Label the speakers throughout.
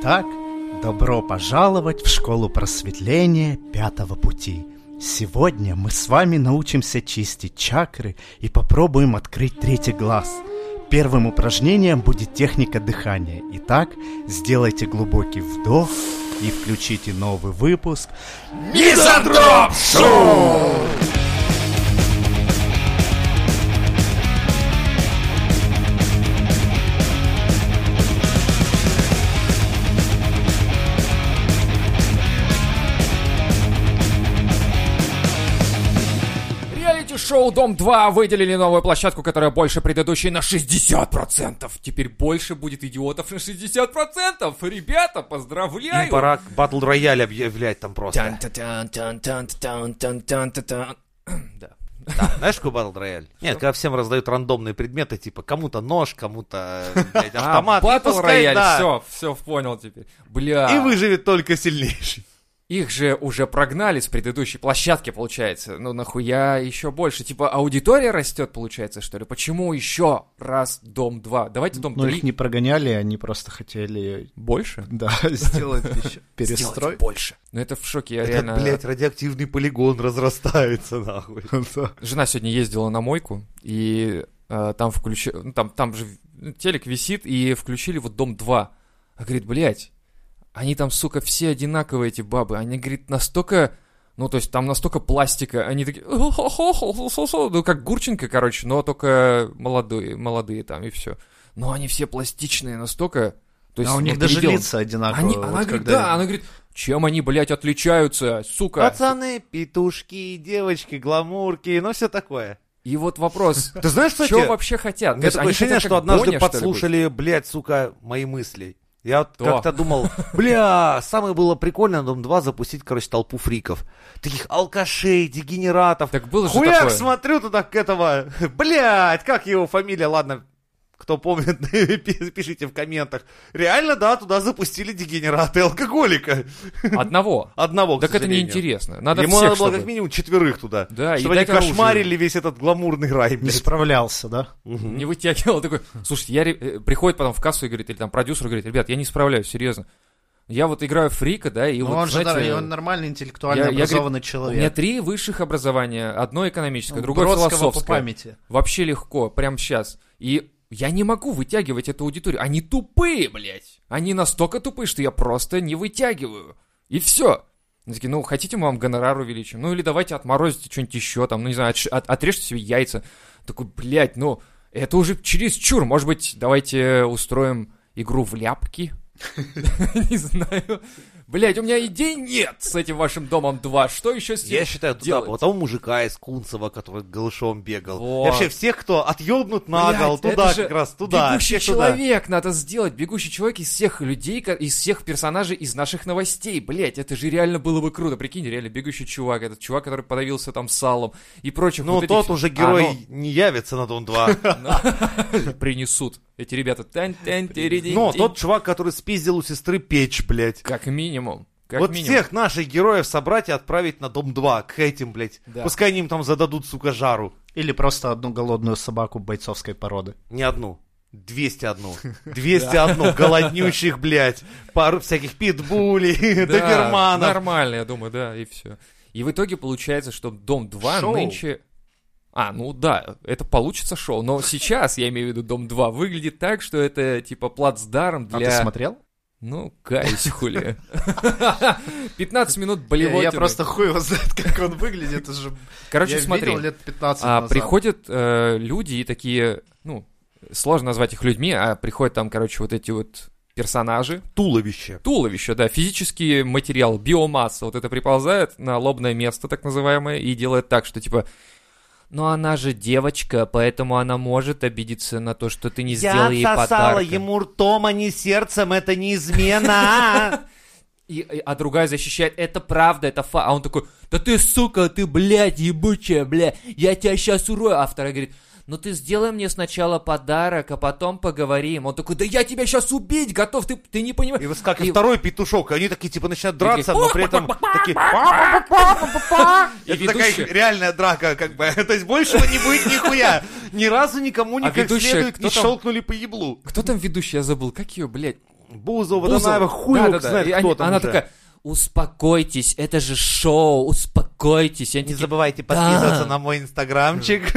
Speaker 1: Итак, добро пожаловать в школу просветления пятого пути. Сегодня мы с вами научимся чистить чакры и попробуем открыть третий глаз. Первым упражнением будет техника дыхания. Итак, сделайте глубокий вдох и включите новый выпуск
Speaker 2: Мизантроп Шоу! Реалити-шоу «Дом-2» выделили новую площадку, которая больше предыдущей на 60%. Теперь больше будет идиотов на 60%. Ребята, поздравляю!
Speaker 3: Им пора батл рояль объявлять там просто.
Speaker 2: Тан-та-тан-тан-тан-тан-тан-тан-тан. Да.
Speaker 3: Знаешь, какой батл рояль? Нет, когда всем раздают рандомные предметы, типа кому-то нож, кому-то блядь,
Speaker 2: А,
Speaker 3: автомат. и
Speaker 2: батл
Speaker 3: пускай,
Speaker 2: рояль,
Speaker 3: да.
Speaker 2: все, все, понял теперь. Бля.
Speaker 3: И выживет только сильнейший.
Speaker 2: Их же уже прогнали с предыдущей площадки, получается. Ну нахуя еще больше? Типа аудитория растет, получается, что ли? Почему еще раз Дом 2? Давайте Дом
Speaker 3: Ну,
Speaker 1: Но
Speaker 2: 3.
Speaker 1: Ну, их не прогоняли, они просто хотели
Speaker 2: Больше?
Speaker 1: да, сделать еще перестрой.
Speaker 2: Сделать больше. Ну это в шоке, я реально...
Speaker 3: Этот, блядь, радиоактивный полигон разрастается, нахуй.
Speaker 1: Да.
Speaker 2: Жена сегодня ездила на мойку, и э, там включили... Ну, там, там же ну, телек висит, и включили вот Дом 2. А говорит, блядь, они там, сука, все одинаковые, эти бабы. Они, говорит, настолько... Ну, то есть там настолько пластика, они такие... «Хо-хо-хо-хо-хо-хо-хо». Ну, как Гурченко, короче, но только молодые, молодые там, и все. Но они все пластичные настолько... То есть,
Speaker 1: А у них
Speaker 2: ну,
Speaker 1: даже
Speaker 2: переделаны.
Speaker 1: лица одинаковые.
Speaker 2: Они,
Speaker 1: вот
Speaker 2: она говорит,
Speaker 1: когда-
Speaker 2: да, она говорит, чем они, блядь, отличаются, сука?
Speaker 3: Пацаны, петушки, девочки, гламурки, ну все такое.
Speaker 2: И вот вопрос,
Speaker 3: Ты знаешь, кстати,
Speaker 2: Что вообще хотят?
Speaker 3: у
Speaker 2: То
Speaker 3: меня
Speaker 2: есть
Speaker 3: такое
Speaker 2: они
Speaker 3: ощущение,
Speaker 2: хотят
Speaker 3: что
Speaker 2: как
Speaker 3: однажды
Speaker 2: Боня, что ли,
Speaker 3: подслушали, блядь, сука, мои мысли. Я вот
Speaker 2: То.
Speaker 3: как-то думал, бля, самое было прикольно на Дом 2 запустить, короче, толпу фриков. Таких алкашей, дегенератов.
Speaker 2: быть? Так было же
Speaker 3: Хуяк,
Speaker 2: такое.
Speaker 3: смотрю туда к этого, блядь, как его фамилия, ладно, кто помнит, пи- пишите в комментах. Реально, да, туда запустили дегенераты и алкоголика.
Speaker 2: Одного.
Speaker 3: Одного, к
Speaker 2: Так это
Speaker 3: сожалению.
Speaker 2: неинтересно. Надо
Speaker 3: Ему
Speaker 2: всех,
Speaker 3: надо было
Speaker 2: чтобы-
Speaker 3: как минимум четверых туда.
Speaker 2: Да, и
Speaker 3: чтобы они
Speaker 2: дать оружие.
Speaker 3: кошмарили весь этот гламурный рай,
Speaker 1: Не
Speaker 3: блядь.
Speaker 1: справлялся, да?
Speaker 2: Не вытягивал такой. Слушайте, я ре- э, приходит потом в кассу и говорит, или там продюсер говорит, ребят, я не справляюсь, серьезно. Я вот играю в фрика, да, и
Speaker 1: Ну,
Speaker 2: вот,
Speaker 1: он же, да,
Speaker 2: знаете,
Speaker 1: и он нормальный, интеллектуально
Speaker 2: я- я, говорит,
Speaker 1: образованный
Speaker 2: у
Speaker 1: человек.
Speaker 2: меня три высших образования, одно экономическое,
Speaker 1: Ну,
Speaker 2: другое
Speaker 1: Бродского по
Speaker 2: философское.
Speaker 1: памяти.
Speaker 2: Вообще легко, прям сейчас. И я не могу вытягивать эту аудиторию. Они тупые, блядь. Они настолько тупые, что я просто не вытягиваю. И все. Они такие, ну, хотите, мы вам гонорар увеличим? Ну, или давайте отморозите что-нибудь еще, там, ну, не знаю, отш- от- отрежьте себе яйца. Такой, блядь, ну, это уже чересчур. Может быть, давайте устроим игру в ляпки? Не знаю. Блядь, у меня идей нет с этим вашим домом 2. Что еще с
Speaker 3: Я
Speaker 2: ним?
Speaker 3: считаю, туда
Speaker 2: делать.
Speaker 3: бы, вот того мужика из Кунцева, который голышом бегал.
Speaker 2: Вот.
Speaker 3: И вообще всех, кто отъебнут на
Speaker 2: Блядь,
Speaker 3: гол,
Speaker 2: это
Speaker 3: туда
Speaker 2: же
Speaker 3: как раз, туда.
Speaker 2: Бегущий
Speaker 3: всех туда.
Speaker 2: человек надо сделать. Бегущий человек из всех людей, ко- из всех персонажей, из наших новостей. Блять, это же реально было бы круто. Прикинь, реально бегущий чувак, этот чувак, который подавился там салом и прочих.
Speaker 3: Ну,
Speaker 2: вот этих
Speaker 3: тот
Speaker 2: всех-
Speaker 3: уже
Speaker 2: А,
Speaker 3: герой
Speaker 2: ну,
Speaker 3: не явится на Дон 2.
Speaker 2: принесут. Эти ребята. Тань, тань, тиридинь,
Speaker 3: Но
Speaker 2: тинь.
Speaker 3: Ну, тот чувак, который спиздил у сестры печь, блядь.
Speaker 2: Как минимум. Как
Speaker 3: вот
Speaker 2: минимум.
Speaker 3: всех наших героев собрать и отправить на Дом 2 к этим, блядь.
Speaker 2: Да.
Speaker 3: Пускай они им там зададут, сука, жару.
Speaker 1: Или просто одну голодную собаку бойцовской породы.
Speaker 3: Не одну. 201. 201 голоднющих, блядь. Пару всяких
Speaker 2: Да,
Speaker 3: питбулей, доберманов.
Speaker 2: Нормально, я думаю, да, и все. И в итоге получается, что Дом 2
Speaker 3: Шоу.
Speaker 2: нынче... А, ну да, это получится шоу, но сейчас, я имею в виду, Дом 2 выглядит так, что это типа плацдарм
Speaker 1: А ты
Speaker 2: для...
Speaker 1: смотрел?
Speaker 2: ну, каюсь, хули. 15 минут
Speaker 1: Я,
Speaker 2: болевотины.
Speaker 1: я просто хуй его знает, как он выглядит. Это же
Speaker 2: Короче,
Speaker 1: я
Speaker 2: смотри,
Speaker 1: видел лет 15
Speaker 2: а,
Speaker 1: назад.
Speaker 2: приходят э, люди и такие, ну, сложно назвать их людьми, а приходят там, короче, вот эти вот персонажи,
Speaker 3: Туловище.
Speaker 2: туловище, да, физический материал, биомасса, вот это приползает на лобное место, так называемое, и делает так, что типа... Но она же девочка, поэтому она может обидеться на то, что ты не сделал ей подарка.
Speaker 3: ртом, а не сердцем, это не измена.
Speaker 2: И, и- а другая защищает, это правда, это фа. А он такой, да ты, сука, ты, блядь, ебучая, бля, я тебя сейчас урою. А вторая говорит, ну ты сделай мне сначала подарок, а потом поговорим. Он такой, да я тебя сейчас убить готов, ты, ты не понимаешь.
Speaker 3: И вот как
Speaker 2: И-
Speaker 3: и второй петушок, они такие типа начинают драться, но при этом такие...
Speaker 2: И
Speaker 3: Это такая
Speaker 2: ведущая-
Speaker 3: реальная драка, как бы. То есть большего не будет нихуя. Ни разу никому
Speaker 2: А
Speaker 3: никак
Speaker 2: ведущая
Speaker 3: следует не
Speaker 2: кто там?
Speaker 3: щелкнули по еблу.
Speaker 2: Кто там ведущий? Я забыл. Как ее, блядь?
Speaker 3: Бузова,
Speaker 2: Бузова.
Speaker 3: Данаева, хуй его
Speaker 2: Да-да-да. И
Speaker 3: знает,
Speaker 2: они-
Speaker 3: кто там
Speaker 2: Она
Speaker 3: уже.
Speaker 2: такая, успокойтесь, это же шоу, успокойтесь. Я
Speaker 3: Не
Speaker 2: не
Speaker 3: забывайте подписываться
Speaker 2: Да.
Speaker 3: на мой инстаграмчик.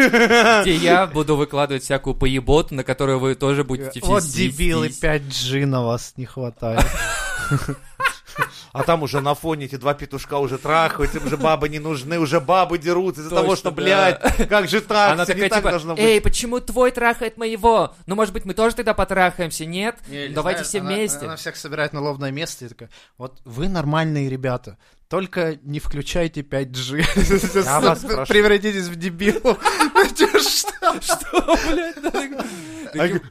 Speaker 2: я буду выкладывать всякую поеботу, на которую вы тоже будете
Speaker 1: Вот
Speaker 2: все
Speaker 1: дебилы,
Speaker 2: сись-
Speaker 1: 5G на вас не хватает.
Speaker 3: А там уже на фоне эти два петушка уже трахаются, им уже бабы не нужны, уже бабы дерутся из-за
Speaker 2: Точно,
Speaker 3: того, что,
Speaker 2: да.
Speaker 3: блядь, как же так,
Speaker 2: Она
Speaker 3: всё не
Speaker 2: такая
Speaker 3: так
Speaker 2: типа,
Speaker 3: должно быть.
Speaker 2: эй, почему твой трахает моего? Ну, может быть, мы тоже тогда потрахаемся, нет? Давайте все вместе.
Speaker 1: Она, всех собирает на ловное место и такая, вот вы нормальные ребята, только не включайте 5G.
Speaker 3: Я вас прошу.
Speaker 1: Превратитесь в дебилов.
Speaker 2: Что, блядь? да, так- таким-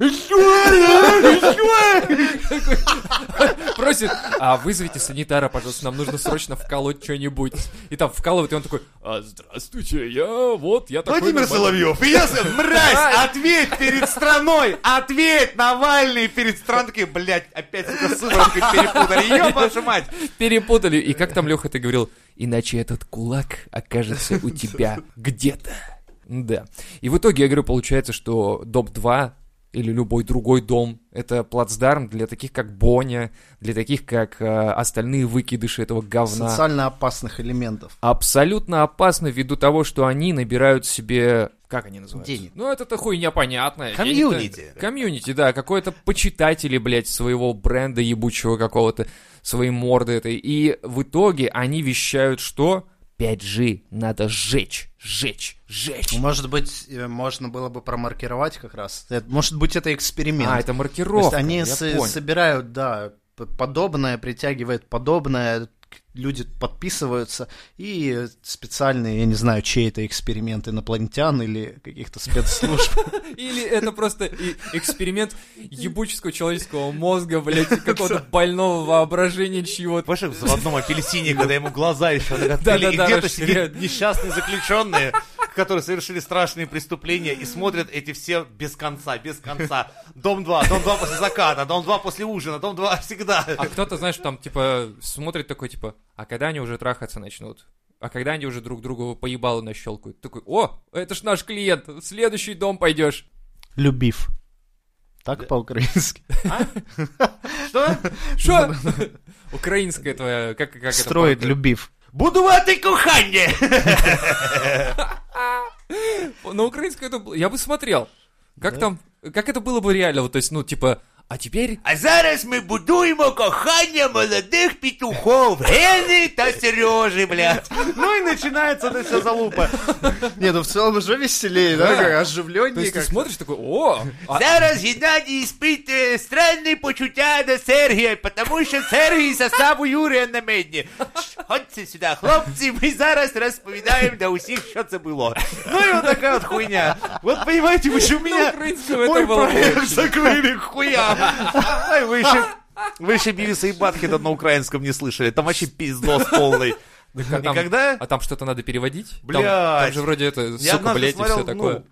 Speaker 2: Просит, а вызовите санитара, пожалуйста, нам нужно срочно вколоть что-нибудь. И там вкалывает, и он такой, а, здравствуйте, я вот, я такой...
Speaker 3: Владимир
Speaker 2: нормальный».
Speaker 3: Соловьев, и я с- мразь,
Speaker 2: Да.
Speaker 3: ответь перед страной, ответь, Навальный перед страной, Такие, блядь, опять, сука, сыворотка перепутали, Ё, вашу мать.
Speaker 2: Перепутали. И как там, Леха, ты говорил, иначе этот кулак окажется у тебя где-то. Да. И в итоге, я говорю, получается, что дом 2 или любой другой дом — это плацдарм для таких, как Боня, для таких, как э, остальные выкидыши этого говна.
Speaker 1: Социально опасных элементов.
Speaker 2: Абсолютно опасно ввиду того, что они набирают себе... Как они называются?
Speaker 1: Денег.
Speaker 2: Ну, это-то хуйня понятная.
Speaker 3: Комьюнити.
Speaker 2: Денег-то- Комьюнити, да. Какое-то почитатели, блядь, своего бренда ебучего какого-то, своей морды этой. И в итоге они вещают, что 5G надо сжечь, сжечь, сжечь.
Speaker 1: Может быть, э, можно было бы промаркировать как раз. Это- Может быть, это эксперимент.
Speaker 2: А, это
Speaker 1: То есть
Speaker 2: маркировка,
Speaker 1: они
Speaker 2: я
Speaker 1: со-
Speaker 2: понял.
Speaker 1: собирают, да, п- подобное, притягивает подобное, к- люди подписываются, и э, специальные, я не знаю, чей это эксперимент, инопланетян или каких-то спецслужб.
Speaker 2: Или это просто и- эксперимент ебуческого человеческого мозга, блядь, какого-то больного воображения чьего-то.
Speaker 3: Понимаешь, в заводном апельсине, когда ему глаза еще
Speaker 2: Да-да-да,
Speaker 3: наготовили, и где-то
Speaker 2: расширяют.
Speaker 3: сидят несчастные заключенные, которые совершили страшные преступления и смотрят эти все без конца, без конца. Дом 2, Дом 2 после заката, Дом 2 после ужина, Дом 2 всегда.
Speaker 2: А кто-то, знаешь, там, типа, смотрит такой, типа, а когда они уже трахаться начнут? А когда они уже друг другу поебалы нащелкают? Такой, о, это ж наш клиент, в следующий дом пойдешь.
Speaker 1: Любив. Так по-украински.
Speaker 3: Что?
Speaker 2: Что? Украинская твоя, как, как это?
Speaker 1: Строит
Speaker 2: правда?
Speaker 1: любив.
Speaker 3: Буду в этой куханне!
Speaker 2: На украинскую это... б- Я бы смотрел. Как там, как это было бы реально? Вот, то есть, ну, типа, а теперь...
Speaker 3: А зараз ми будуємо кохання молодих петухов Гени та Сережи, блядь. Ну и начинается это все залупа.
Speaker 1: Не, ну в целом уже веселее, да, как
Speaker 2: То
Speaker 1: оживленнее
Speaker 2: есть ты
Speaker 1: как.
Speaker 2: смотришь такой, о, а-
Speaker 3: Зараз Геннадій спить странні почуття до Сергія, тому що Сергій засав у Юрія на медні. Ходьте сюди, хлопці, ми зараз розповідаємо для усіх, що це було. Ну і вот така от хуйня. Вот понимаете, вы же у
Speaker 2: на
Speaker 3: меня
Speaker 2: украинском это
Speaker 3: мой
Speaker 2: было бы
Speaker 3: проект
Speaker 2: очень.
Speaker 3: закрыли к хуям. Ай, вы еще, вы еще Бивиса и Батхеда на украинском не слышали. Там вообще пиздос полный.
Speaker 2: А там-
Speaker 3: Никогда?
Speaker 2: А там что-то надо переводить? Там- Там
Speaker 3: Блядь.
Speaker 2: же вроде это,
Speaker 3: Я
Speaker 2: сука,
Speaker 3: однажды
Speaker 2: блядь, и
Speaker 3: смотрел,
Speaker 2: все
Speaker 3: ну,
Speaker 2: такое.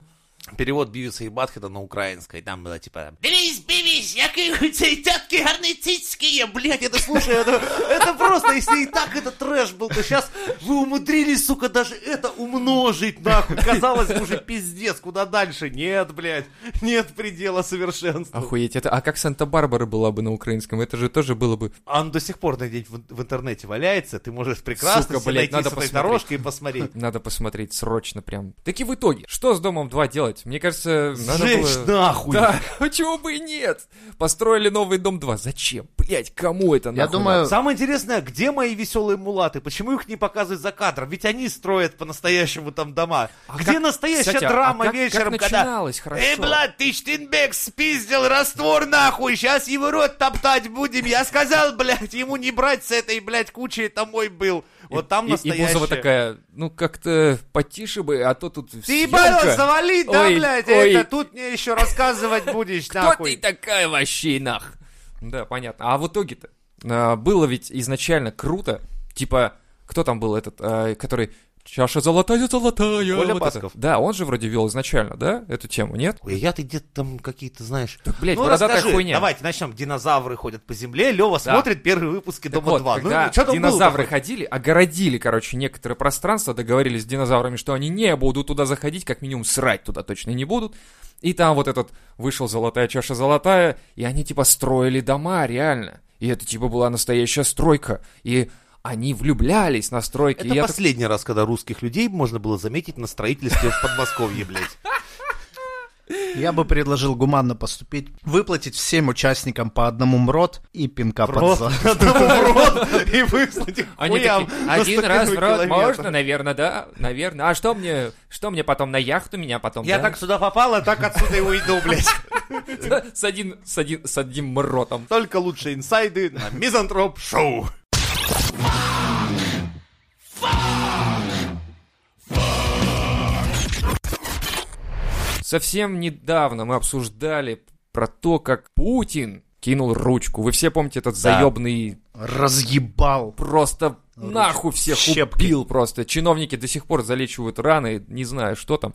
Speaker 3: Перевод Бивиса и Батхеда на украинской. Там было типа... Бивис, Бивис, який у цієї тетки гарний цицьки є. Блядь, это слушай, это, это просто, если и так это трэш был, то сейчас вы умудрились, сука, даже это умножить, нахуй. Казалось бы, уже пиздец, куда дальше? Нет, блядь, нет предела совершенства.
Speaker 2: Охуеть, это, а как Санта-Барбара была бы на украинском? Это же тоже было бы...
Speaker 3: А он до сих пор на день в, в интернете валяется, ты можешь прекрасно
Speaker 2: Сука,
Speaker 3: себе
Speaker 2: блядь,
Speaker 3: найти
Speaker 2: надо
Speaker 3: с этой
Speaker 2: посмотреть.
Speaker 3: дорожкой и посмотреть.
Speaker 2: Надо посмотреть срочно прям. Таки в итоге, что с Домом 2 делать? Мне кажется, надо
Speaker 3: Жечь
Speaker 2: было...
Speaker 3: нахуй!
Speaker 2: Да, почему бы и нет? Построили новый Дом 2. Зачем? Блять, кому это
Speaker 1: Я
Speaker 2: нахуй
Speaker 1: думаю,
Speaker 3: Самое интересное, где мои веселые мулаты? Почему их не показывают за кадром? Ведь они строят по-настоящему там дома.
Speaker 2: А
Speaker 3: где
Speaker 2: как-
Speaker 3: настоящая
Speaker 2: Кстати, а- а
Speaker 3: драма
Speaker 2: как- как
Speaker 3: вечером, когда...
Speaker 2: начиналось хорошо?
Speaker 3: Эй, Блад, ты Штинбек спиздил раствор нахуй, сейчас его рот топтать будем. Я сказал, блядь, ему не брать с этой, блядь, кучи домой был. Вот там
Speaker 2: И- и,
Speaker 3: настоящая.
Speaker 2: Бузова такая, ну как-то потише бы, а то тут
Speaker 3: Ты
Speaker 2: съёмка.
Speaker 3: ебало, завали, да,
Speaker 2: Ой,
Speaker 3: блядь,
Speaker 2: ой.
Speaker 3: это тут мне еще рассказывать будешь,
Speaker 2: Кто ты
Speaker 3: нахуй.
Speaker 2: такая вообще, нах? Да, понятно. А в итоге-то а, было ведь изначально круто, типа, кто там был этот, а, который Чаша золотая, золотая.
Speaker 3: Коля
Speaker 2: вот
Speaker 3: Басков.
Speaker 2: это. Да, он же вроде вел изначально, да, эту тему, нет?
Speaker 3: Ой, я ты где-то там какие-то, знаешь...
Speaker 2: Так, блядь,
Speaker 3: ну,
Speaker 2: бородатая
Speaker 3: расскажи,
Speaker 2: хуйня.
Speaker 3: давайте начнем. Динозавры ходят по земле, Лева смотрит первые выпуски
Speaker 2: Так
Speaker 3: Дома-2.
Speaker 2: вот,
Speaker 3: Ну,
Speaker 2: когда
Speaker 3: чё там было
Speaker 2: динозавры
Speaker 3: такое?
Speaker 2: ходили, огородили, короче, некоторое пространство, договорились с динозаврами, что они не будут туда заходить, как минимум срать туда точно не будут. И там вот этот вышел золотая чаша золотая, и они типа строили дома, реально. И это типа была настоящая стройка. И они влюблялись на стройке.
Speaker 3: Это
Speaker 2: И я так-
Speaker 3: последний раз, когда русских людей можно было заметить на строительстве в Подмосковье, блядь.
Speaker 1: Я бы предложил гуманно поступить, выплатить всем участникам по одному мрот и пинка А под зад.
Speaker 3: Рот и выслать их
Speaker 2: Они
Speaker 3: хуям
Speaker 2: такие,
Speaker 3: на
Speaker 2: один раз в
Speaker 3: стокилометр.
Speaker 2: рот можно, наверное, да, наверное. А что мне, что мне потом на яхту меня потом?
Speaker 3: Я
Speaker 2: да?
Speaker 3: так сюда попал, а так отсюда и уйду, блядь.
Speaker 2: с один, с один, с одним ротом.
Speaker 3: Только лучшие инсайды на Мизантроп Шоу.
Speaker 2: Совсем недавно мы обсуждали про то, как Путин кинул ручку. Вы все помните этот заебный
Speaker 1: Разъебал.
Speaker 2: просто нахуй всех
Speaker 1: щепкой.
Speaker 2: убил просто. Чиновники до сих пор залечивают раны, не знаю, что там.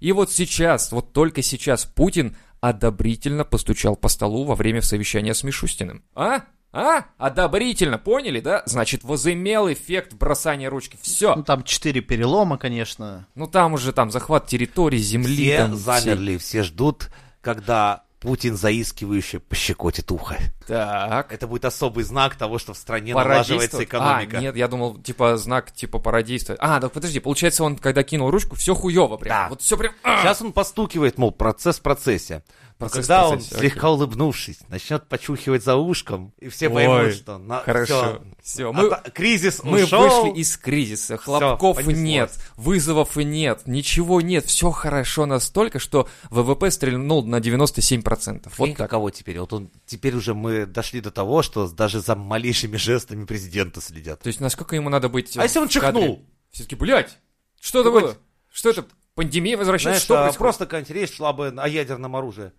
Speaker 2: И вот сейчас, вот только сейчас Путин одобрительно постучал по столу во время совещания с Мишустиным. А? А? Одобрительно, поняли, да? Значит, возымел эффект бросания ручки.
Speaker 1: Ну
Speaker 2: Все.
Speaker 1: там четыре перелома, конечно.
Speaker 2: Ну там уже там захват территории, земли.
Speaker 3: Все
Speaker 2: там,
Speaker 3: замерли, все ждут, когда Путин заискивающе пощекотит ухо.
Speaker 2: всей- Так.
Speaker 3: Это будет особый знак того, что в стране
Speaker 2: Пора
Speaker 3: налаживается
Speaker 2: действовать?
Speaker 3: экономика.
Speaker 2: А, нет, я думал, типа, знак, типа, пора действовать. А, так подожди, получается, он, когда кинул ручку, все хуево прям.
Speaker 3: Да.
Speaker 2: Вот все прям... а!
Speaker 3: Сейчас он постукивает, мол, процесс в процессе. Но
Speaker 2: Процесс в
Speaker 3: когда он,
Speaker 2: процессе, окей.
Speaker 3: слегка улыбнувшись, начнет почухивать за ушком, и все
Speaker 2: Ой,
Speaker 3: поймут, что на,
Speaker 2: Хорошо.
Speaker 3: всё.
Speaker 2: Все,
Speaker 3: А
Speaker 2: мы...
Speaker 3: та- кризис
Speaker 2: Мы
Speaker 3: ушел.
Speaker 2: вышли из кризиса, хлопков
Speaker 3: понеслось.
Speaker 2: нет, вызовов нет, ничего нет, все хорошо настолько, что ВВП стрельнул на 97%.
Speaker 3: Вот
Speaker 2: Вот
Speaker 3: так.
Speaker 2: так.
Speaker 3: кого теперь? Вот он теперь уже мы дошли до того, что даже за малейшими жестами президента следят.
Speaker 2: То есть насколько ему надо быть...
Speaker 3: А если он чихнул?
Speaker 2: Все-таки, блядь, что это
Speaker 3: Какой-
Speaker 2: было? Что это? Пандемия возвращается?
Speaker 3: Знаешь,
Speaker 2: Что
Speaker 3: а,
Speaker 2: происходит?
Speaker 3: просто какая-нибудь речь шла бы о ядерном оружии.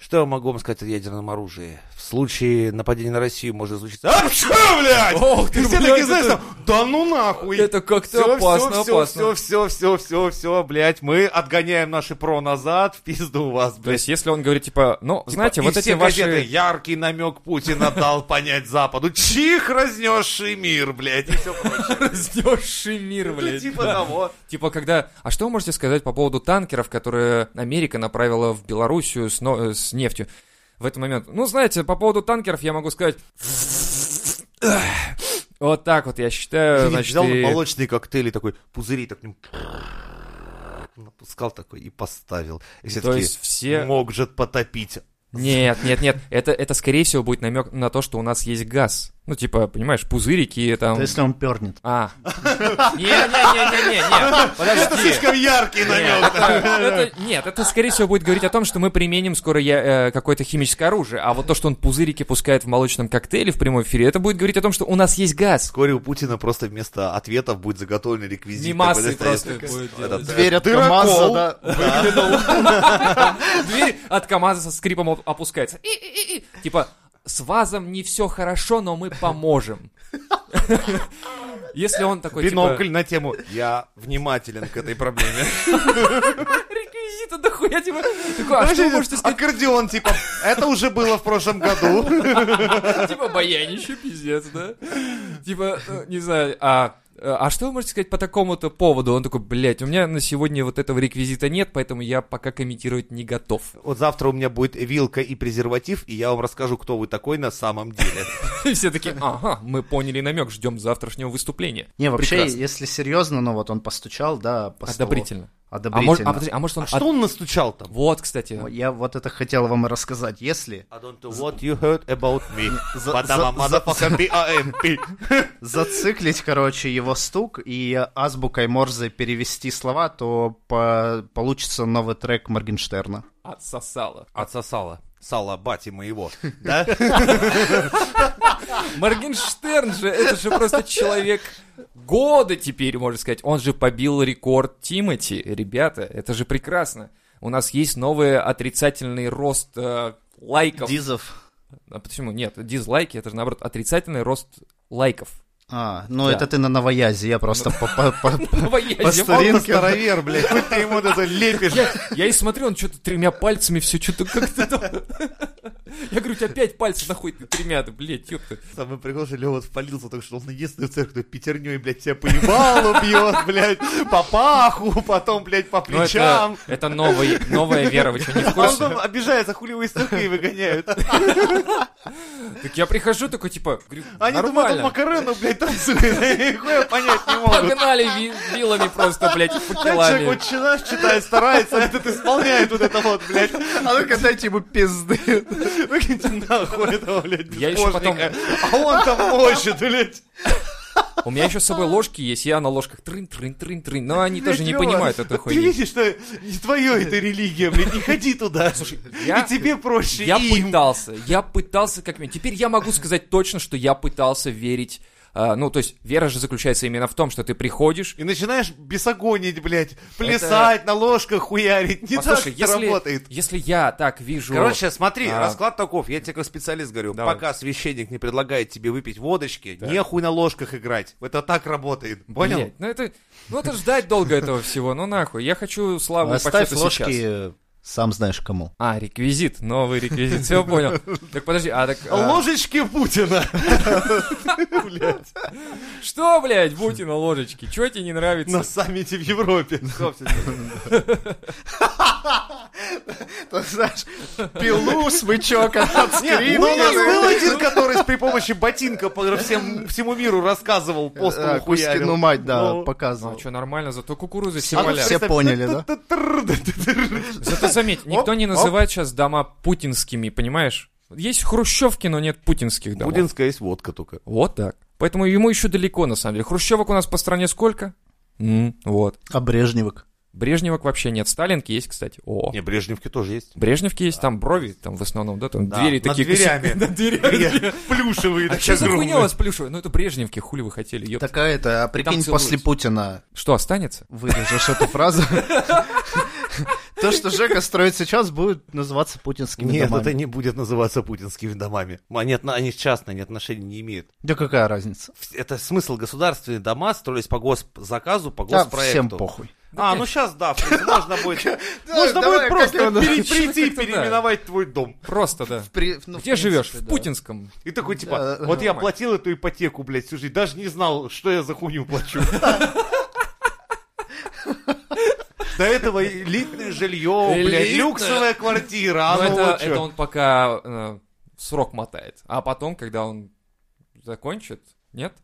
Speaker 3: Что я могу вам сказать о ядерном оружии? В случае нападения на Россию может случиться... А, что, блядь?
Speaker 2: Ох ты,
Speaker 3: И все
Speaker 2: блядь,
Speaker 3: такие, знаешь,
Speaker 2: это-
Speaker 3: там, да ну нахуй!
Speaker 2: Это как-то опасно,
Speaker 3: все,
Speaker 2: опасно.
Speaker 3: Все, все, все, все, все, блядь, мы отгоняем наши про назад, в пизду у вас,
Speaker 2: То
Speaker 3: блядь.
Speaker 2: есть, если он говорит, типа, ну, знаете,
Speaker 3: И
Speaker 2: вот эти
Speaker 3: все газеты,
Speaker 2: ваши...
Speaker 3: яркий намек Путина дал понять Западу, чих разнесший мир, блядь, и все прочее.
Speaker 2: Разнесший мир,
Speaker 3: Ну,
Speaker 2: блядь.
Speaker 3: типа
Speaker 2: да.
Speaker 3: того.
Speaker 2: Типа, когда... А что вы можете сказать по поводу танкеров, которые Америка направила в Белоруссию с, но- э, с нефтью? В этот момент. Ну, знаете, по поводу танкеров я могу сказать... Вот так вот, я считаю,
Speaker 3: Значит,
Speaker 2: Э, значит,
Speaker 3: взял
Speaker 2: и-
Speaker 3: молочные коктейли, такой пузыри, так ним напускал такой и поставил. И все
Speaker 2: То
Speaker 3: такие,
Speaker 2: есть все-
Speaker 3: мог же потопить.
Speaker 2: Нет, нет, нет, это, это скорее всего будет намек на то, что у нас есть газ. Ну, типа, понимаешь, пузырики там...
Speaker 1: Это если он пернет.
Speaker 2: А. Не-не-не-не-не-не.
Speaker 3: Это слишком яркий
Speaker 2: Нет,
Speaker 3: намек.
Speaker 2: это- Нет, это скорее всего будет говорить о том, что мы применим скоро я- э, какое-то химическое оружие. А вот то, что он пузырики пускает в молочном коктейле в прямом эфире, это будет говорить о том, что у нас есть газ.
Speaker 3: Вскоре у Путина просто вместо ответов будет заготовлен реквизит.
Speaker 2: Мимасы
Speaker 3: такой,
Speaker 2: просто
Speaker 3: знаешь, этот,
Speaker 2: будет
Speaker 3: этот,
Speaker 2: делать.
Speaker 1: Дверь от
Speaker 3: дырокол.
Speaker 1: КамАЗа, да.
Speaker 2: Дверь от КамАЗа со скрипом оп- опускается. И-и-и-и. Типа, с вазом не все хорошо, но мы поможем. Если он такой, типа,
Speaker 3: Бинокль на тему. Я внимателен к этой проблеме.
Speaker 2: реквизиты дохуя, типа, такой, а что вы
Speaker 3: Подождите,
Speaker 2: можете сказать?
Speaker 3: Аккордеон, типа, это уже было в прошлом году.
Speaker 2: Типа баянище, пиздец, да? Типа, э, не знаю, а... э, А что вы можете сказать по такому-то поводу? Он такой, блядь, у меня на сегодня вот этого реквизита нет, поэтому я пока комментировать не готов.
Speaker 3: Вот завтра у меня будет вилка и презерватив, и я вам расскажу, кто вы такой на самом деле.
Speaker 2: И все такие, ага, мы поняли намек, ждем завтрашнего выступления.
Speaker 1: Не, вообще,
Speaker 2: Прекрасно.
Speaker 1: если серьезно, ну вот он постучал, да, по столу.
Speaker 2: одобрительно. А может,
Speaker 1: Одобрительно.
Speaker 2: а, подожди, а может он...
Speaker 3: А что
Speaker 2: от-
Speaker 3: он настучал там?
Speaker 2: Вот, кстати.
Speaker 1: Я вот это хотел вам и рассказать. Если
Speaker 3: I don't know what you heard about me,
Speaker 1: За-
Speaker 3: but
Speaker 1: за-
Speaker 3: I'm a
Speaker 1: за-
Speaker 3: motherfucker B.I.M.P..
Speaker 1: зациклить, короче, его стук и азбукой Морзе перевести слова, то по- получится новый трек Моргенштерна.
Speaker 2: Отсосало.
Speaker 3: Отсосала. Сала бати моего. Да?
Speaker 2: Моргенштерн же, это же просто человек года теперь, можно сказать. Он же побил рекорд Тимати, ребята, это же прекрасно. У нас есть новый отрицательный рост э, лайков.
Speaker 1: Дизов.
Speaker 2: А почему? Нет, дизлайки, это же наоборот отрицательный рост лайков.
Speaker 1: А, ну
Speaker 2: Да.
Speaker 1: это ты на новоязе, я просто по- по- по- по- по
Speaker 2: Новоязево.
Speaker 3: Он
Speaker 1: старинке.
Speaker 3: старовер, блядь, хоть ты ему это лепишь.
Speaker 2: Я, я и смотрю, он что-то тремя пальцами все что-то как-то там. Я говорю, у тебя пять пальцев нахуй ты тремя, ты, блядь, ёпта.
Speaker 3: Самый прикол, что Лёва спалился, так что он единственный в церкви, кто пятерней, блядь, себя поебал, убьет, блядь, по паху, потом, блядь, по
Speaker 2: Ну, это,
Speaker 3: плечам.
Speaker 2: это новый, новая вера, вы что, не в
Speaker 3: А он
Speaker 2: курсе?
Speaker 3: там обижается, хули вы из церкви выгоняют.
Speaker 2: Так я прихожу такой, типа, говорю,
Speaker 3: Они думают, он
Speaker 2: нормально.
Speaker 3: Макарену, блядь, танцует, они нихуя понять не могут.
Speaker 2: Погнали ви- вилами просто, блядь, и
Speaker 3: Да, Человек
Speaker 2: факелами.
Speaker 3: вот читает, читает, старается, а этот исполняет вот это вот, блядь.
Speaker 1: А ну-ка дайте ему пизды.
Speaker 3: Выкиньте нахуй этого, блядь,
Speaker 2: Я ещё потом-
Speaker 3: безбожника. А он там мочит, блядь.
Speaker 2: У меня еще с собой ложки есть, я на ложках трын-трын-трын-трын, но они даже не
Speaker 3: Лёва,
Speaker 2: понимают эту
Speaker 3: Ты
Speaker 2: хуйню.
Speaker 3: видишь, что не твое это религия, блядь, не ходи туда. Слушай,
Speaker 2: я-
Speaker 3: и тебе проще,
Speaker 2: Я
Speaker 3: и им.
Speaker 2: пытался, я пытался как минимум. Теперь я могу сказать точно, что я пытался верить. а, ну, то есть, вера же заключается именно в том, что ты приходишь,
Speaker 3: И начинаешь бесогонить, блядь, плясать, на ложках хуярить. Не
Speaker 2: Послушай,
Speaker 3: так это
Speaker 2: А если,
Speaker 3: работает.
Speaker 2: если я так вижу...
Speaker 3: Короче, смотри,
Speaker 2: А.
Speaker 3: расклад таков, я тебе как специалист говорю,
Speaker 2: Давай.
Speaker 3: пока священник не предлагает тебе выпить водочки, нехуй на ложках играть. Это так работает. Понял?
Speaker 2: блядь, ну это, ну это ждать долго этого всего, ну нахуй. Я хочу
Speaker 3: А
Speaker 2: славу
Speaker 1: Оставь
Speaker 2: почета сейчас.
Speaker 1: ложки, сам знаешь кому.
Speaker 2: А, реквизит, новый реквизит, все понял. Так подожди, а так... а,
Speaker 3: Ложечки Путина. Блядь,
Speaker 2: Что, блядь, будьте на ложечке, чё тебе не
Speaker 3: На
Speaker 2: нравится?
Speaker 3: саммите в Европе.
Speaker 1: знаешь, пилу, а смычок от
Speaker 3: Нет, ну у нас был один, который при помощи ботинка по всем- всему миру рассказывал,
Speaker 1: А,
Speaker 3: посту
Speaker 1: Кузькину
Speaker 3: хуярил.
Speaker 1: мать, да,
Speaker 3: Ну.
Speaker 2: Ну,
Speaker 1: показывал.
Speaker 2: чё, нормально, зато кукуруза
Speaker 1: А
Speaker 2: символя.
Speaker 1: все поняли, да?
Speaker 2: Зато заметь, никто не
Speaker 1: Оп, оп.
Speaker 2: называет сейчас дома путинскими, понимаешь? Есть хрущевки, но нет путинских домов.
Speaker 3: Путинская есть водка только.
Speaker 2: Вот так. Поэтому ему еще далеко, на самом деле. Хрущевок у нас по стране сколько? М, вот.
Speaker 1: А Брежневок?
Speaker 2: Брежневок вообще нет. Сталинки есть, кстати. О.
Speaker 3: Не, Брежневки тоже есть.
Speaker 2: Брежневки есть, там брови, там в основном, да, там
Speaker 3: Да,
Speaker 2: двери
Speaker 3: над
Speaker 2: такие.
Speaker 3: дверями.
Speaker 2: Над дверями.
Speaker 3: Я- Плюшевые,
Speaker 2: А что
Speaker 3: такие
Speaker 2: за хуйня у
Speaker 3: огромные.
Speaker 2: вас плюшевая? Ну это Брежневки, хули вы хотели, ёп.
Speaker 1: Такая это, а прикинь,
Speaker 2: целуются.
Speaker 1: после Путина
Speaker 2: Что останется?
Speaker 1: вырежешь эту фразу. То, что Жека строит сейчас, будет называться путинскими
Speaker 3: Нет, это
Speaker 1: домами.
Speaker 3: не будет называться путинскими домами. Они, отно- они частные, они отношения не имеют.
Speaker 1: Да какая разница?
Speaker 3: В- Это смысл. Государственные дома строились по госзаказу, по
Speaker 1: Да,
Speaker 3: госпроекту.
Speaker 1: всем похуй.
Speaker 3: А, ну сейчас да, в принципе, можно будет. Можно
Speaker 1: давай,
Speaker 3: будет
Speaker 1: как
Speaker 3: просто
Speaker 1: его
Speaker 3: пере-
Speaker 2: называть?
Speaker 3: прийти,
Speaker 2: Как-то да.
Speaker 3: переименовать твой дом.
Speaker 2: Просто, да.
Speaker 1: При- ну, в
Speaker 2: Где живешь?
Speaker 1: принципе,
Speaker 2: В
Speaker 1: да.
Speaker 2: путинском.
Speaker 3: И такой,
Speaker 1: Да,
Speaker 3: типа,
Speaker 1: да,
Speaker 3: вот я
Speaker 2: нормально.
Speaker 3: платил эту ипотеку, блядь, всю жизнь, даже не знал, что я за хуйню плачу. До этого элитное жилье, блядь,
Speaker 2: Элитное.
Speaker 3: люксовая квартира,
Speaker 2: Ну
Speaker 3: а ну
Speaker 2: это,
Speaker 3: вот чё.
Speaker 2: это он пока э, срок мотает. А потом, когда он закончит, нет?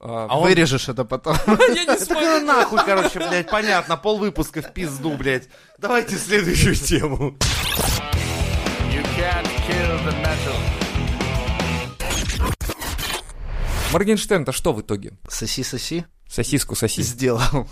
Speaker 2: А,
Speaker 1: Вырежешь это потом.
Speaker 2: Я не
Speaker 3: Так
Speaker 2: смогу.
Speaker 3: и нахуй, короче, блядь, понятно, пол выпуска в пизду, блядь. Давайте следующую тему.
Speaker 2: Моргенштерн-то что в итоге?
Speaker 1: Соси-соси
Speaker 2: Сосиску сосись.
Speaker 1: сделал.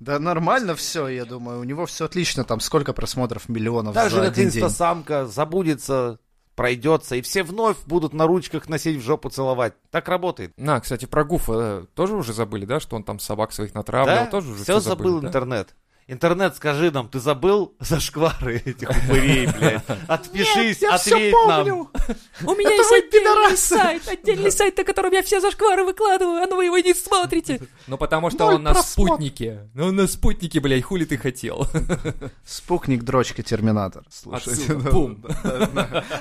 Speaker 1: Да нормально все, я думаю. У него все отлично. Там сколько просмотров миллионов
Speaker 3: Так же,
Speaker 1: за
Speaker 3: как
Speaker 1: один день.
Speaker 3: инстасамка забудется, пройдется, и все вновь будут на ручках носить в жопу целовать. Так работает.
Speaker 2: На, кстати, про Гуфа э, тоже уже забыли, да, что он там собак своих натравливал,
Speaker 3: Да?
Speaker 2: А, тоже уже
Speaker 3: все
Speaker 2: всё забыли,
Speaker 3: забыл
Speaker 2: да?
Speaker 3: интернет. Интернет, скажи нам, ты забыл зашквары этих упырей, блядь? Отпишись, ответь нам.
Speaker 4: У меня есть отдельный сайт, отдельный сайт, на котором я все зашквары выкладываю, а ну вы его не смотрите.
Speaker 2: Ну потому что
Speaker 1: Ноль
Speaker 2: он на
Speaker 1: просмотров.
Speaker 2: спутнике. Ну он на спутнике, блядь, хули ты хотел.
Speaker 1: Спутник, дрочка, терминатор. Слушайте,
Speaker 2: Отсюда,
Speaker 1: да,
Speaker 5: ну,
Speaker 2: бум.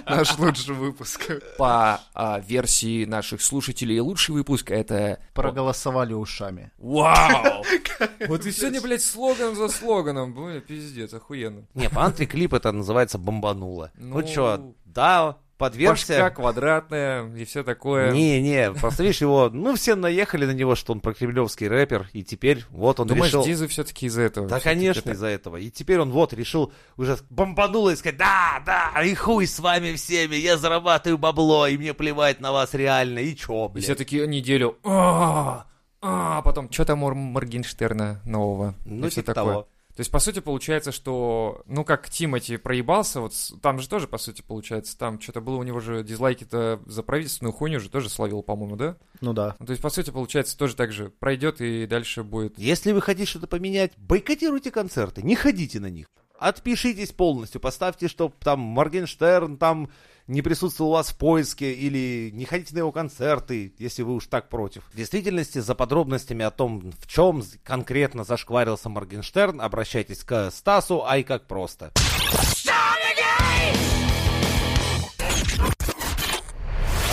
Speaker 1: наш лучший выпуск.
Speaker 2: По а, версии наших слушателей, лучший выпуск это...
Speaker 1: Проголосовали ушами.
Speaker 2: Вау! Вот и сегодня, блядь, слоган за слоганом. Бля, пиздец, охуенно.
Speaker 3: Не, по клип это называется «Бомбануло». Ну
Speaker 2: Ну,
Speaker 3: чё, да,
Speaker 2: Башка
Speaker 3: подвергся.
Speaker 2: квадратная и все такое.
Speaker 3: Не-не, просто видишь его, ну все наехали на него, что он прокремлевский рэпер, и теперь вот он
Speaker 2: Думаешь,
Speaker 3: ну, решил...
Speaker 2: Дизы все-таки из-за этого?
Speaker 3: Да,
Speaker 2: всё-таки
Speaker 3: конечно,
Speaker 2: так?
Speaker 3: из-за этого. И теперь он вот решил уже бомбануло и сказать, да, да, а и хуй с вами всеми, я зарабатываю бабло, и мне плевать на вас реально, и чё,
Speaker 2: И
Speaker 3: блядь.
Speaker 2: все такие неделю. А, а, потом, что там у Моргенштерна нового?
Speaker 3: Ну,
Speaker 2: И всё
Speaker 3: типа
Speaker 2: такое.
Speaker 3: того.
Speaker 2: То есть, по сути, получается, что, ну, как Тимати проебался, вот с- там же тоже, по сути, получается, там что-то было у него же дизлайки-то за правительственную хуйню же тоже словил, по-моему, да?
Speaker 1: Ну да.
Speaker 2: Ну, то есть, по сути, получается, тоже так же пройдет и дальше будет.
Speaker 3: Если вы хотите что-то поменять, бойкотируйте концерты, не ходите на них. отпишитесь полностью, поставьте, чтоб там Моргенштерн там не присутствовал у вас в поиске или не ходите на его концерты, если вы уж так против. В действительности, за подробностями о том, в чем конкретно зашкварился Моргенштерн, обращайтесь к Стасу, ай как просто.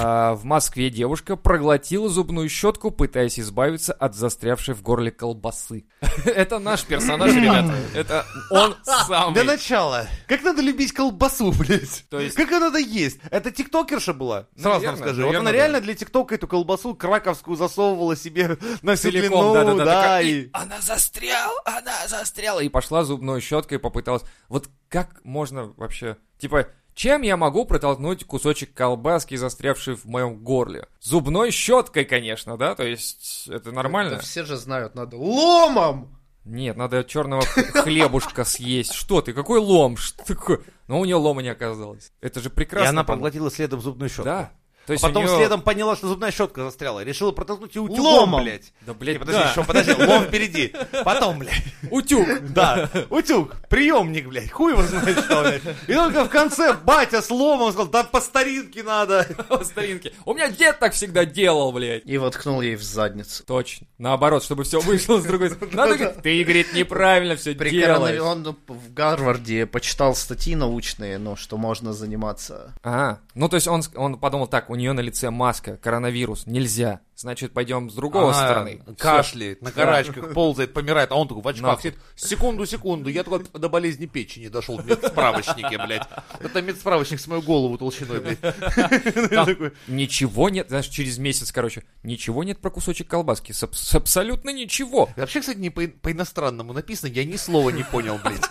Speaker 2: А, в Москве девушка проглотила зубную щетку, пытаясь избавиться от застрявшей в горле колбасы. Это наш персонаж, ребята. Это он
Speaker 3: Для
Speaker 2: самый.
Speaker 3: начала. Как надо любить колбасу, блядь?
Speaker 2: То есть- Ну,
Speaker 3: Как ее надо есть? Это тиктокерша была? Сразу нам
Speaker 2: Наверное,
Speaker 3: скажи. Вот
Speaker 2: наверное,
Speaker 3: она
Speaker 2: да.
Speaker 3: реально для тиктока эту колбасу краковскую засовывала себе на всю длину,
Speaker 2: Целиком, да, да, да, такая,
Speaker 3: и...
Speaker 2: «И Она застряла, она застряла. И пошла зубной щеткой, попыталась. Вот как можно вообще... Типа, чем я могу протолкнуть кусочек колбаски, застрявший в моем горле? Зубной щеткой, конечно, да? То есть, это нормально?
Speaker 5: Да все же знают, надо ломом!
Speaker 2: Нет, надо черного хлебушка съесть. Что ты, какой лом? Что такое? Но у нее лома не оказалось. Это же
Speaker 3: И
Speaker 2: прекрасно.
Speaker 3: она
Speaker 2: по-моему.
Speaker 3: проглотила следом зубную щетку.
Speaker 2: Да. То
Speaker 3: А
Speaker 2: есть
Speaker 3: потом
Speaker 2: у неё-
Speaker 3: следом поняла, что зубная щетка застряла. Решила протолкнуть ее утюгом,
Speaker 5: Ломом.
Speaker 3: блядь.
Speaker 2: Да,
Speaker 3: Не,
Speaker 2: блядь,
Speaker 3: подожди,
Speaker 2: да.
Speaker 3: еще, подожди, лом впереди. Потом, блядь.
Speaker 2: Утюг.
Speaker 3: Да, утюг, приемник, блядь, хуй его знает что, блядь. И только в конце батя с ломом сказал, да по старинке надо.
Speaker 2: По старинке. У меня дед так всегда делал, блядь.
Speaker 5: И воткнул ей в задницу.
Speaker 2: Точно. Наоборот, чтобы все вышло с другой стороны. Надо, говорит, ты, говорит, неправильно все
Speaker 5: При коронавир-
Speaker 2: делаешь.
Speaker 5: Он ну, в Гарварде почитал статьи научные, ну, что можно заниматься.
Speaker 2: А, ну то есть он, с- он подумал так, у нее на лице маска, коронавирус, нельзя. Значит, пойдем с другого
Speaker 3: Она
Speaker 2: стороны.
Speaker 3: Кашляет, на карачках, ползает, помирает, а он такой в очках
Speaker 2: Нахуй.
Speaker 3: сидит. Секунду, секунду, я только до болезни печени дошел в медсправочнике, блядь. Это медсправочник с мою голову толщиной, блядь. Ну, Такой,
Speaker 2: Ничего нет, знаешь, через месяц, короче, ничего нет про кусочек колбаски. С, аб- с абсолютно ничего.
Speaker 3: Вообще, кстати, не по- по-иностранному написано, я ни слова не понял, блядь.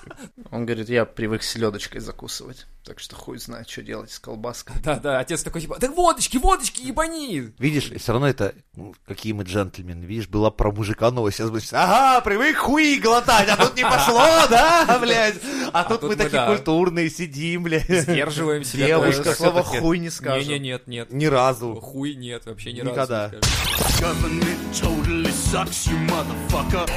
Speaker 5: Он говорит, я привык селедочкой закусывать, так что хуй знает, что делать с колбаской.
Speaker 2: Да-да, отец такой типа, так водочки, водочки, ебани.
Speaker 3: Видишь, все равно это, ну, какие мы джентльмены, видишь, была про мужика новость, сейчас будет, ага, привык хуи глотать, а тут не пошло, да, блядь, а тут
Speaker 2: тут
Speaker 3: мы
Speaker 2: мы,
Speaker 3: такие
Speaker 2: да.
Speaker 3: культурные сидим, блядь,
Speaker 2: Сдерживаем себя.
Speaker 3: Девушка
Speaker 5: Даже
Speaker 3: как
Speaker 5: слова
Speaker 3: всё-таки.
Speaker 5: хуй не скажем.
Speaker 2: Не, не, нет, нет.
Speaker 3: ни разу.
Speaker 2: Хуй нет, вообще ни
Speaker 3: Никогда.
Speaker 2: разу. не скажешь.
Speaker 6: Government totally sucks, you motherfucker.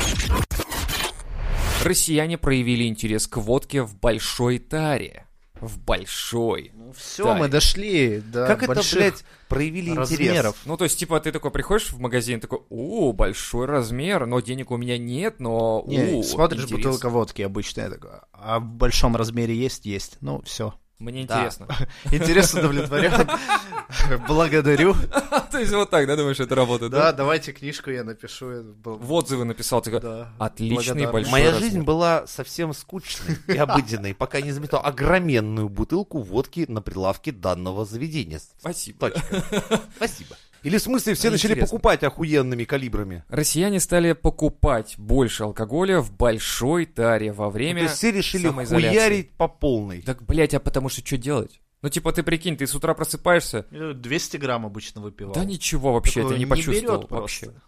Speaker 2: Россияне проявили интерес к водке в большой таре. В большой.
Speaker 5: Все,
Speaker 2: Да.
Speaker 5: Ну, мы дошли до
Speaker 3: Как это,
Speaker 5: больших
Speaker 3: блядь, проявили интерес?
Speaker 5: размеров.
Speaker 2: Ну, то есть, типа, ты такой приходишь в магазин, такой, о, большой размер, но денег у меня нет, но...
Speaker 5: Не,
Speaker 2: о,
Speaker 5: смотришь,
Speaker 2: интересно».
Speaker 5: бутылка водки обычная, я такой, а в большом размере есть? Есть. Ну, все.
Speaker 2: Мне интересно.
Speaker 5: Интерес удовлетворен. Благодарю.
Speaker 2: То есть, вот так, да, думаешь, это работает,
Speaker 5: Да,
Speaker 2: да?
Speaker 5: давайте книжку я напишу. это был-
Speaker 2: В отзывы написал, такой,
Speaker 5: Да.
Speaker 2: отличный
Speaker 5: Благодарна.
Speaker 2: большой
Speaker 3: Моя
Speaker 2: размер».
Speaker 3: жизнь была совсем скучной и обыденной, пока не заметил огроменную бутылку водки на прилавке данного заведения.
Speaker 2: Спасибо. да.
Speaker 3: Точка. Спасибо. Или в смысле все начали
Speaker 2: Интересно.
Speaker 3: покупать охуенными калибрами?
Speaker 2: Россияне стали покупать больше алкоголя в большой таре во
Speaker 3: Ну, То
Speaker 2: время
Speaker 3: есть все решили
Speaker 2: самоизоляции.
Speaker 3: хуярить по полной.
Speaker 2: Так, блядь, а потому что что делать? Ну, типа, ты прикинь, ты с утра просыпаешься,
Speaker 5: Э, 200 грамм обычно выпивал.
Speaker 2: да ничего вообще,
Speaker 5: Такое
Speaker 2: ты не почувствовал вообще.
Speaker 5: просто.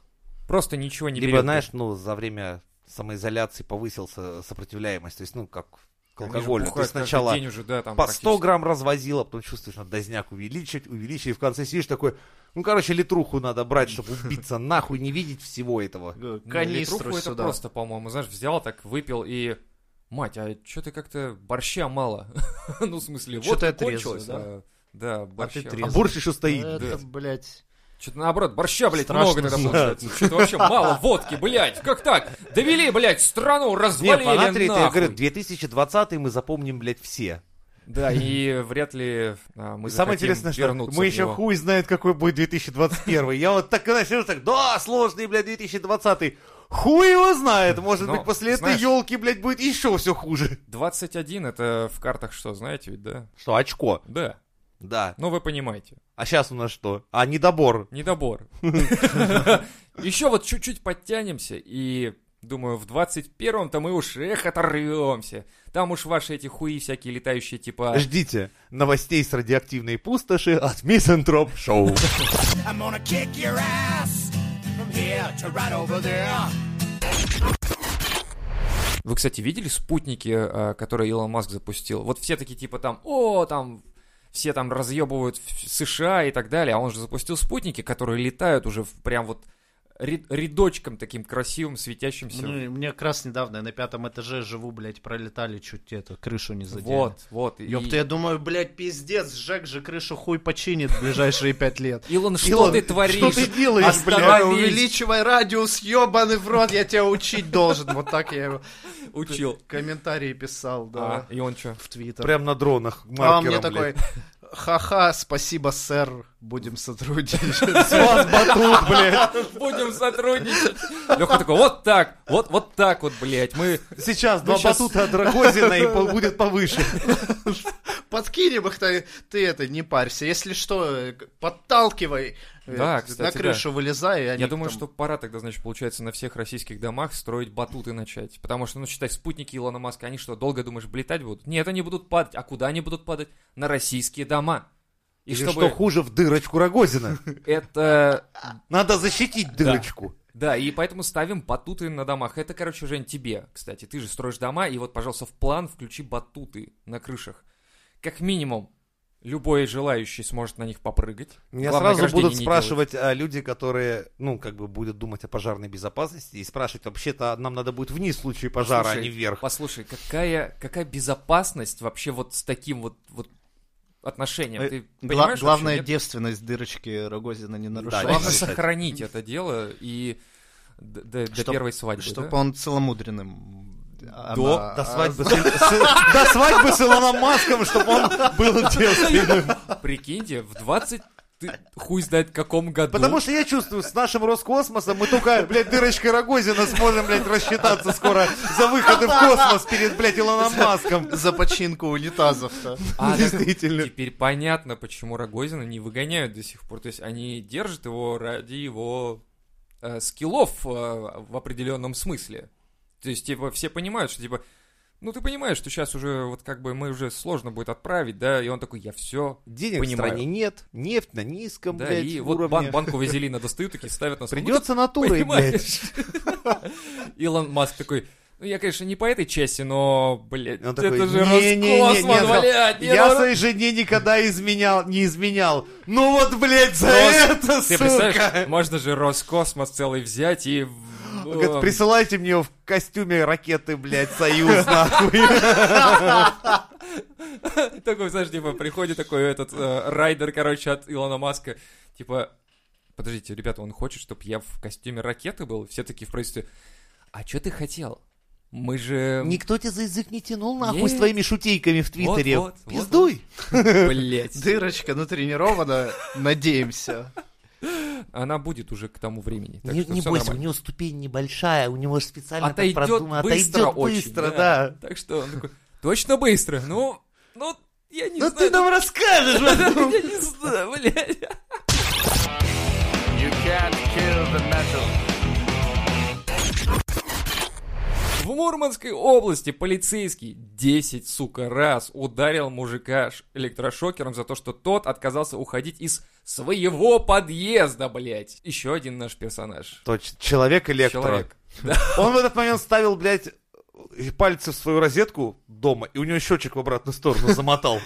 Speaker 2: Просто ничего не
Speaker 3: Либо,
Speaker 2: берет.
Speaker 3: знаешь, ну, за время самоизоляции повысился сопротивляемость, то есть, ну, как к
Speaker 2: Они же
Speaker 3: алкоголю. Ты
Speaker 2: бухают каждый
Speaker 3: сначала
Speaker 2: день уже, да, там,
Speaker 3: по 100
Speaker 2: практически.
Speaker 3: грамм развозила, потом чувствуешь, надо дозняк увеличить, увеличить, и в конце сидишь такой, ну, короче, литруху надо брать, чтобы убиться нахуй, не видеть всего этого. А
Speaker 5: Э,
Speaker 2: Ну,
Speaker 5: Канистру
Speaker 2: литруху это
Speaker 5: сюда.
Speaker 2: просто, по-моему, знаешь, взял, так выпил и... Мать, а что ты как-то борща мало? ну, в смысле,
Speaker 5: Чё
Speaker 2: вот
Speaker 5: ты отрезал,
Speaker 2: кончилось. Да, да борща.
Speaker 5: ты
Speaker 3: А
Speaker 5: трезвый.
Speaker 3: борщ еще стоит.
Speaker 2: Э,
Speaker 5: Это, блядь.
Speaker 2: Что-то наоборот, борща, блядь,
Speaker 5: Страшно
Speaker 2: много тогда получается. Что-то вообще мало водки, блядь. Как так? Довели, блядь, страну,
Speaker 3: Нет,
Speaker 2: развалили,
Speaker 3: понатри, это, а я
Speaker 2: нахуй.
Speaker 3: говорю, 2020 мы запомним, блядь, все.
Speaker 2: Да, и вряд ли а, мы
Speaker 3: Самое
Speaker 2: захотим
Speaker 3: интересное, что
Speaker 2: вернуться
Speaker 3: мы
Speaker 2: в
Speaker 3: еще
Speaker 2: него.
Speaker 3: хуй знает, какой будет 2021. Я вот так, когда сижу, так, да, сложный, блядь, 2020. Хуй его знает, может
Speaker 2: Но,
Speaker 3: быть, после
Speaker 2: знаешь-
Speaker 3: этой елки, блядь, будет еще все хуже.
Speaker 2: 21 это в картах что, знаете ведь, да?
Speaker 3: Что, очко?
Speaker 2: Да.
Speaker 3: Да.
Speaker 2: Ну, вы понимаете.
Speaker 3: А сейчас у нас что? А, недобор.
Speaker 2: Недобор. Еще вот чуть-чуть подтянемся, и думаю, в 21-м-то мы уж эх оторвемся. Там уж ваши эти хуи всякие летающие,
Speaker 3: А.
Speaker 2: типа...
Speaker 3: Ждите новостей с радиоактивной пустоши от Мизантроп Шоу.
Speaker 6: I'm gonna kick your ass from here to right over there.
Speaker 2: Вы, кстати, видели спутники, э, которые Илон Маск запустил? Вот все такие типа там, о, там, все там разъебывают в США и так далее, а он же запустил спутники, которые летают уже в- прям вот э, ря- рядочком таким красивым, светящимся.
Speaker 1: Мне, ну, мне как раз недавно, я на пятом этаже живу, блядь, пролетали, чуть это, крышу не задели.
Speaker 2: вот, вот. и-
Speaker 1: Ёпта, я думаю, блядь, пиздец, Жек же крышу хуй починит в ближайшие пять лет.
Speaker 2: Илон, что
Speaker 1: Илон,
Speaker 2: ты творишь?
Speaker 1: Что ты делаешь, блядь?
Speaker 2: Остановись.
Speaker 1: Увеличивай радиус, ёбаный в рот, я тебя учить должен. Вот так я его
Speaker 2: Учил.
Speaker 1: комментарии писал, да.
Speaker 2: А, и он что?
Speaker 1: В Твиттер.
Speaker 3: Прям на дронах
Speaker 1: А он мне
Speaker 3: маркером,
Speaker 1: такой,
Speaker 3: блядь.
Speaker 1: ха-ха, спасибо, сэр, будем сотрудничать.
Speaker 3: С вас батут, блядь.
Speaker 2: Будем сотрудничать. Леха такой, вот так, вот, вот так вот, блядь. Мы
Speaker 3: Сейчас два
Speaker 2: щас-
Speaker 3: батута от Рогозина и по- будет повыше.
Speaker 1: Подкинем их, ты, ты это, не парься. Если что, э, к- подталкивай. э,
Speaker 2: Да,
Speaker 1: на
Speaker 2: кстати, да.
Speaker 1: крышу вылезай. и они
Speaker 2: Я думаю,
Speaker 1: там-
Speaker 2: что пора тогда, значит, получается, на всех российских домах строить батуты начать. Потому что, ну, считай, спутники Илона Маска, они что, долго, думаешь, влетать будут? Нет, они будут падать. А куда они будут падать? На российские дома. И
Speaker 3: И что
Speaker 2: чтобы
Speaker 3: хуже, в дырочку Рогозина.
Speaker 2: это...
Speaker 3: Надо защитить дырочку.
Speaker 2: Да, и поэтому ставим батуты на домах. Это, короче, Жень, тебе, кстати. Ты же строишь дома, и вот, пожалуйста, в план включи батуты на крышах. Как минимум, любой желающий сможет на них попрыгать.
Speaker 3: Меня
Speaker 2: Главное,
Speaker 3: сразу
Speaker 2: ограждение
Speaker 3: будут
Speaker 2: не делать.
Speaker 3: спрашивать а, люди, которые, ну, как бы будут думать о пожарной безопасности и спрашивать, вообще-то нам надо будет вниз в случае пожара, а
Speaker 2: Слушай,
Speaker 3: не вверх.
Speaker 2: Послушай, какая, какая безопасность вообще вот с таким вот, вот отношением?
Speaker 1: Э,
Speaker 2: Ты
Speaker 1: Гла-
Speaker 2: понимаешь,
Speaker 1: главное,
Speaker 2: вообще, нет?
Speaker 1: девственность дырочки Рогозина не нарушать.
Speaker 2: главное
Speaker 3: Конечно.
Speaker 2: сохранить это дело и д- д- до,
Speaker 1: Чтоб-
Speaker 2: первой свадьбы.
Speaker 1: Чтобы
Speaker 2: да?
Speaker 1: он целомудренным. Она-
Speaker 3: До, до свадьбы, с, с- до свадьбы с Илоном Маском, чтобы он был девственным.
Speaker 2: Прикиньте, в 20 ты хуй знает каком году.
Speaker 3: Потому что я чувствую, с нашим Роскосмосом мы только, блядь, дырочкой Рогозина сможем, блядь, рассчитаться скоро за выходы в космос перед, блядь, Илоном Маском.
Speaker 1: За починку унитазов-то.
Speaker 2: А, так
Speaker 3: Действительно.
Speaker 2: теперь понятно, почему Рогозина не выгоняют до сих пор. То есть они держат его ради его э, скиллов э, в определенном смысле. То есть, типа, все понимают, что, типа, ну, ты понимаешь, что сейчас уже, вот, как бы, мы уже сложно будет отправить, да, и он такой, я все,
Speaker 3: Денег
Speaker 2: Понимаю.
Speaker 3: в стране нет, нефть на низком,
Speaker 2: да,
Speaker 3: блядь,
Speaker 2: и вот
Speaker 3: уровне.
Speaker 2: бан- банку вазелина достают, такие ставят на стол. Ну, ты
Speaker 3: Придется натурой, блядь.
Speaker 2: понимаешь. Илон Маск такой, ну, я, конечно, не по этой части, но, блядь,
Speaker 3: И он
Speaker 2: это
Speaker 3: такой,
Speaker 2: же
Speaker 3: «Не-не-не, не,
Speaker 2: Роскосмос,
Speaker 3: сказал,
Speaker 2: блядь, не,
Speaker 3: Я
Speaker 2: ну,
Speaker 3: своей жене никогда изменял, не изменял. Ну вот, блядь, за это,
Speaker 2: а Ты
Speaker 3: сука!
Speaker 2: представляешь, можно же Роскосмос целый взять и... в-
Speaker 3: Он говорит,
Speaker 2: эм,
Speaker 3: Присылайте мне в костюме ракеты, блядь, Союз, нахуй.
Speaker 2: Такой, знаешь, типа, приходит такой этот э, райдер, короче, от Илона Маска, типа, подождите, ребята, он хочет, чтобы я в костюме ракеты был? Все такие в правительстве, а что ты хотел? Мы же...
Speaker 3: Никто тебя за язык не тянул, нахуй, с
Speaker 2: Нет.
Speaker 3: твоими шутейками в Твиттере.
Speaker 2: Вот, вот,
Speaker 3: Пиздуй!
Speaker 2: Блять.
Speaker 1: Дырочка натренирована, надеемся.
Speaker 2: Она будет уже к тому времени. так
Speaker 3: Не
Speaker 2: что
Speaker 3: не
Speaker 2: всё
Speaker 3: бойся, у
Speaker 2: нормально.
Speaker 3: него ступень небольшая, у него специально так
Speaker 2: Отойдет
Speaker 3: продумано.
Speaker 2: быстро
Speaker 3: Отойдет
Speaker 2: очень, да.
Speaker 3: быстро, да.
Speaker 2: Так что он такой, точно быстро? Ну, ну, я не
Speaker 3: Ну
Speaker 2: знаю.
Speaker 3: ты ну. нам расскажешь,
Speaker 2: Я
Speaker 3: блядь.
Speaker 2: не знаю, блядь. В Мурманской области полицейский 10, сука, раз ударил мужика ш- электрошокером за то, что тот отказался уходить из своего подъезда, блядь. Еще один наш персонаж.
Speaker 3: Точно, человек-электро.
Speaker 2: Человек.
Speaker 3: Он в этот момент ставил, блядь, пальцы в свою розетку дома, и у него счетчик в обратную сторону замотал.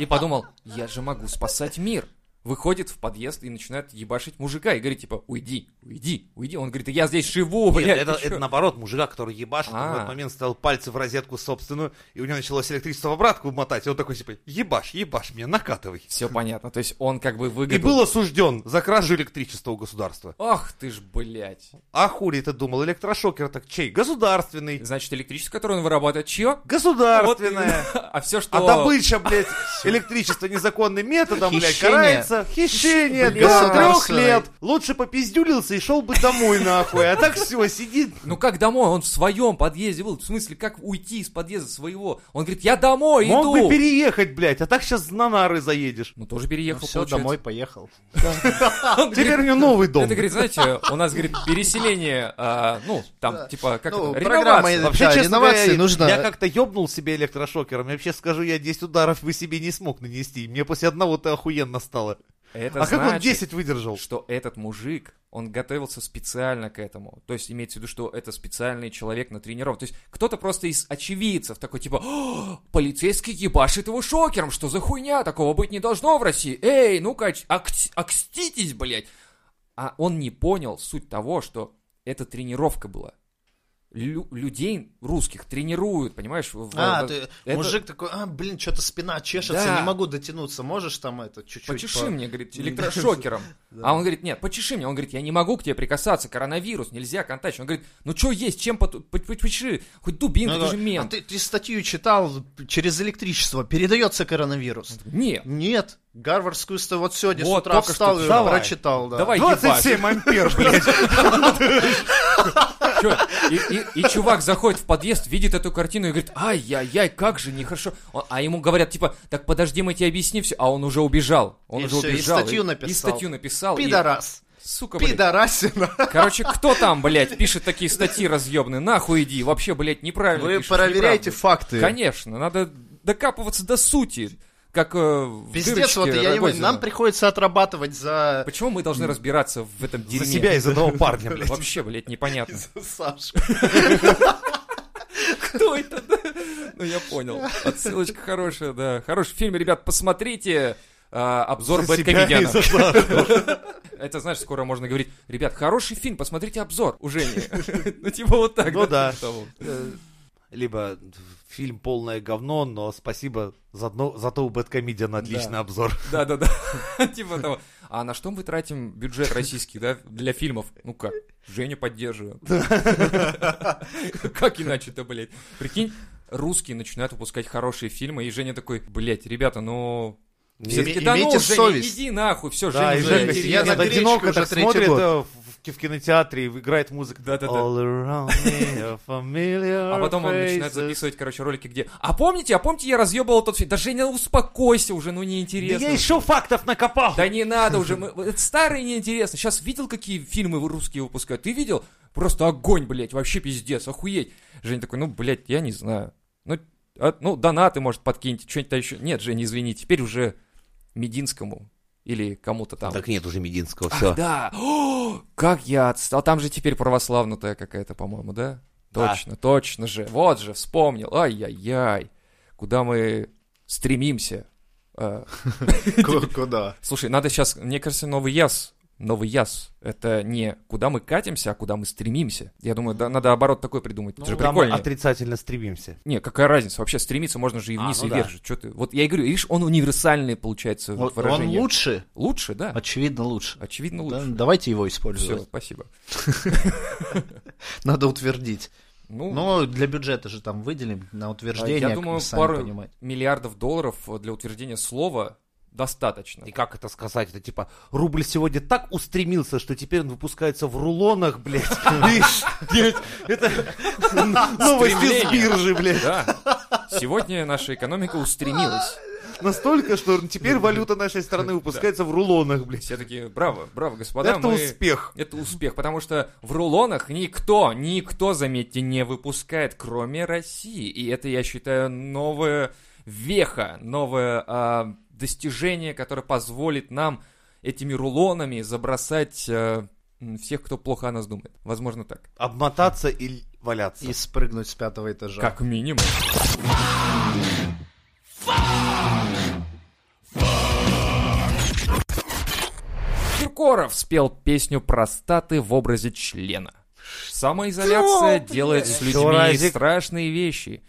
Speaker 2: И подумал, я же могу спасать мир. Выходит в подъезд и начинает ебашить мужика и говорит, типа, уйди, уйди, уйди. Он говорит, я здесь живу,
Speaker 3: Нет,
Speaker 2: блядь.
Speaker 3: это,
Speaker 2: ты чё?»
Speaker 3: это наоборот, мужика, который ебашит, он в
Speaker 2: А.
Speaker 3: этот момент ставил пальцы в розетку собственную, и у него началось электричество в обратку мотать, и он такой, типа, ебаш, ебаш меня, накатывай.
Speaker 2: Все понятно, то есть он как бы
Speaker 3: И
Speaker 2: выгодил.
Speaker 3: был осужден за кражу электричества у государства.
Speaker 2: Ах ты ж, блядь.
Speaker 3: А хули ты думал, электрошокер так чей? Государственный.
Speaker 2: Значит, электричество, которое он вырабатывает, чье?
Speaker 3: Государственное.
Speaker 2: а все, что...
Speaker 3: А добыча, блядь, электричества незаконным методом, блядь,
Speaker 1: Хищение.
Speaker 3: карается. Хищение,
Speaker 1: Блядь.
Speaker 3: до трех
Speaker 1: Государственное.
Speaker 3: лет. Лучше попиздюлился и шел бы домой, нахуй. А так все, сидит.
Speaker 2: Ну как домой? Он в своем подъезде был. В смысле, как уйти из подъезда своего? Он говорит, я домой
Speaker 3: Мог
Speaker 2: иду.
Speaker 3: бы переехать, блядь, а так сейчас на нары заедешь.
Speaker 2: Ну тоже переехал,
Speaker 1: Все,
Speaker 2: получается.
Speaker 1: домой поехал.
Speaker 2: Он говорит,
Speaker 3: Теперь у него новый дом.
Speaker 2: Это, говорит, знаете, у нас, говорит, переселение, а, ну, там, типа, как
Speaker 1: Ну,
Speaker 2: это,
Speaker 1: программа
Speaker 2: реновация.
Speaker 3: Вообще,
Speaker 1: Да,
Speaker 3: честно
Speaker 1: реновации
Speaker 3: говоря, я-
Speaker 1: нужно-
Speaker 3: я как-то ёбнул себе электрошокером. Я вообще скажу, я 10 ударов бы себе не смог нанести. Мне после одного-то охуенно стало.
Speaker 2: Это
Speaker 3: а как он
Speaker 2: значит,
Speaker 3: 10 выдержал?
Speaker 2: что этот мужик, он готовился специально к этому. То есть имеется в виду, что это специальный человек на тренировке. То есть кто-то просто из очевидцев такой, типа, «О, полицейский ебашит его шокером, что за хуйня, такого быть не должно в России. Эй, ну-ка, оч- акс- акститесь, блядь. а он не понял суть того, что это тренировка была. Лю- людей русских тренируют, понимаешь? в-
Speaker 1: А,
Speaker 2: в-
Speaker 1: ты,
Speaker 2: Э, это-
Speaker 1: мужик такой, а, блин, что-то спина чешется,
Speaker 2: Да.
Speaker 1: не могу дотянуться, можешь там это, чуть-чуть...
Speaker 2: Почеши
Speaker 1: по-
Speaker 2: мне, говорит, электрошокером. А он говорит, нет, почеши мне. Он говорит, я не могу к тебе прикасаться, коронавирус, нельзя контачить. Он говорит, ну что есть, чем поту- по- по- почеши, хоть дубинка,
Speaker 1: Ну,
Speaker 2: ты же
Speaker 1: а
Speaker 2: мент.
Speaker 1: ты, ты статью читал, через электричество передается коронавирус?
Speaker 2: Нет,
Speaker 1: Нет, Гарвардскую ст- вот сегодня
Speaker 2: Вот,
Speaker 1: с утра
Speaker 2: только
Speaker 1: встал
Speaker 2: что-
Speaker 1: и
Speaker 2: давай.
Speaker 1: прочитал, да.
Speaker 2: давай ебать.
Speaker 3: 27 ампер, блядь.
Speaker 2: Чё? И, и- и чувак заходит в подъезд, видит эту картину и говорит, ай-яй-яй, как же нехорошо. Он- а ему говорят, типа, так подожди, мы тебе объясним все. А он уже убежал. Он
Speaker 1: И
Speaker 2: уже
Speaker 1: всё, и
Speaker 2: убежал.
Speaker 1: статью
Speaker 2: И
Speaker 1: написал.
Speaker 2: статью написал. и-
Speaker 1: Пидорас,
Speaker 2: сука, блядь.
Speaker 1: пидорасина.
Speaker 2: Короче, кто там, блядь, пишет такие статьи разъебные? Нахуй иди. Вообще, блядь, неправильно
Speaker 1: Вы
Speaker 2: пишешь,
Speaker 1: проверяете
Speaker 2: неправду.
Speaker 1: факты.
Speaker 2: Конечно, надо докапываться до сути. Как э, в
Speaker 1: Пиздец,
Speaker 2: дырочке
Speaker 1: вот я не понимаю,
Speaker 2: Рогозина.
Speaker 1: нам приходится отрабатывать за...
Speaker 2: Почему мы должны разбираться в этом дерьме?
Speaker 3: За себя и за одного парня, блядь.
Speaker 2: Вообще, блядь, непонятно.
Speaker 1: за Сашку.
Speaker 2: Кто это? Ну, я понял. Отсылочка хорошая, да. Хороший фильм, ребят, посмотрите. а, обзор
Speaker 3: За себя и
Speaker 2: Бэткомедиана.
Speaker 3: за Сашку.
Speaker 2: Это, знаешь, скоро можно говорить, ребят, хороший фильм, посмотрите обзор у Жени. Ну, типа вот так.
Speaker 3: Ну да.
Speaker 2: Того.
Speaker 5: Либо фильм полное говно, но спасибо, заодно- зато у Бэткомедиана отличный
Speaker 2: Да.
Speaker 5: обзор.
Speaker 2: Да, да, да. Типа того. А на что мы тратим бюджет российский, да, для фильмов? Ну как? Женю поддерживаю. Как иначе-то, блядь? Прикинь, русские начинают выпускать хорошие фильмы, и Женя такой, блядь, ребята, ну... Все
Speaker 1: Име-
Speaker 2: таки, да ну,
Speaker 1: имейте
Speaker 2: Женя,
Speaker 1: совесть».
Speaker 2: иди нахуй, все,
Speaker 3: Да, и
Speaker 2: Женя, уже
Speaker 3: Женя
Speaker 2: иди».
Speaker 1: я
Speaker 3: сидит
Speaker 1: на гречке
Speaker 3: одиноко,
Speaker 1: уже
Speaker 3: так
Speaker 1: третий
Speaker 3: смотрит
Speaker 1: год.
Speaker 3: э, в в кинотеатре, и играет музыка.
Speaker 2: Да-да-да.
Speaker 3: All around me are familiar
Speaker 2: А потом он начинает
Speaker 3: faces.
Speaker 2: записывать, короче, ролики, где «А помните, а помните, я разъебал тот фильм?» Да, Женя, успокойся уже, ну
Speaker 3: Да
Speaker 2: неинтересно.
Speaker 3: я еще фактов
Speaker 5: А
Speaker 3: накопал.
Speaker 2: Да не надо уже, мы... это старое неинтересно. Сейчас видел, какие фильмы вы русские выпускают? Ты видел? Просто огонь, блядь, вообще пиздец, охуеть. Женя такой, ну, блядь, я не знаю. Ну, а- ну донаты, может, подкиньте, что-нибудь там еще. Нет, Женя, извини, теперь уже Мединскому или кому-то там.
Speaker 5: Так нет уже Мединского,
Speaker 2: Ах,
Speaker 5: все.
Speaker 2: да. О, как я отстал. А Там же теперь православная какая-то, по-моему, да?
Speaker 5: Да.
Speaker 2: Точно, точно же. Вот же, вспомнил. Ай-яй-яй. Куда мы стремимся. Э,
Speaker 1: Ку- Куда?
Speaker 2: Слушай, надо сейчас, мне кажется, новый яс. Новый яс. Это не куда мы катимся, а куда мы стремимся. Я думаю, да, надо оборот такой придумать. Это же
Speaker 5: Ну, Куда мы
Speaker 2: прикольно.
Speaker 5: отрицательно стремимся.
Speaker 2: Не, какая разница? Вообще стремиться можно же и
Speaker 5: А,
Speaker 2: вниз,
Speaker 5: ну
Speaker 2: и
Speaker 5: да.
Speaker 2: вверх. же. Чё ты? Вот я и говорю, видишь, он универсальный получается
Speaker 1: Вот Он
Speaker 2: выражение.
Speaker 1: лучше?
Speaker 2: Лучше, да.
Speaker 1: Очевидно, лучше.
Speaker 2: Очевидно
Speaker 1: Да,
Speaker 2: лучше.
Speaker 1: Давайте его
Speaker 2: Все,
Speaker 1: использовать.
Speaker 2: спасибо.
Speaker 1: Надо утвердить.
Speaker 2: Ну,
Speaker 1: Но для бюджета же там выделим на утверждение,
Speaker 2: я
Speaker 1: как
Speaker 2: думаю,
Speaker 1: вы сами
Speaker 2: пару
Speaker 1: понимаете.
Speaker 2: миллиардов долларов для утверждения слова достаточно.
Speaker 5: И как это сказать? Это типа, рубль сегодня так устремился, что теперь он выпускается в рулонах, блядь. И, блядь, Это новости с
Speaker 2: Стремление.
Speaker 5: биржи, блядь.
Speaker 2: Да. Сегодня наша экономика устремилась.
Speaker 5: Настолько, что теперь валюта нашей страны выпускается в рулонах, блядь.
Speaker 2: Все такие, браво, браво, господа.
Speaker 5: Это
Speaker 2: мы-
Speaker 5: успех.
Speaker 2: Это успех, потому что в рулонах никто, никто, заметьте, не выпускает, кроме России. И это, я считаю, новая веха, новое а, достижение, которое позволит нам этими рулонами забросать а, м, всех, кто плохо о нас думает. Возможно, так.
Speaker 5: Обмотаться и валяться.
Speaker 1: И спрыгнуть с пятого этажа.
Speaker 2: Как минимум. Киркоров спел песню простаты в образе члена. Самоизоляция делает с людьми
Speaker 5: Чуразик.
Speaker 2: страшные вещи.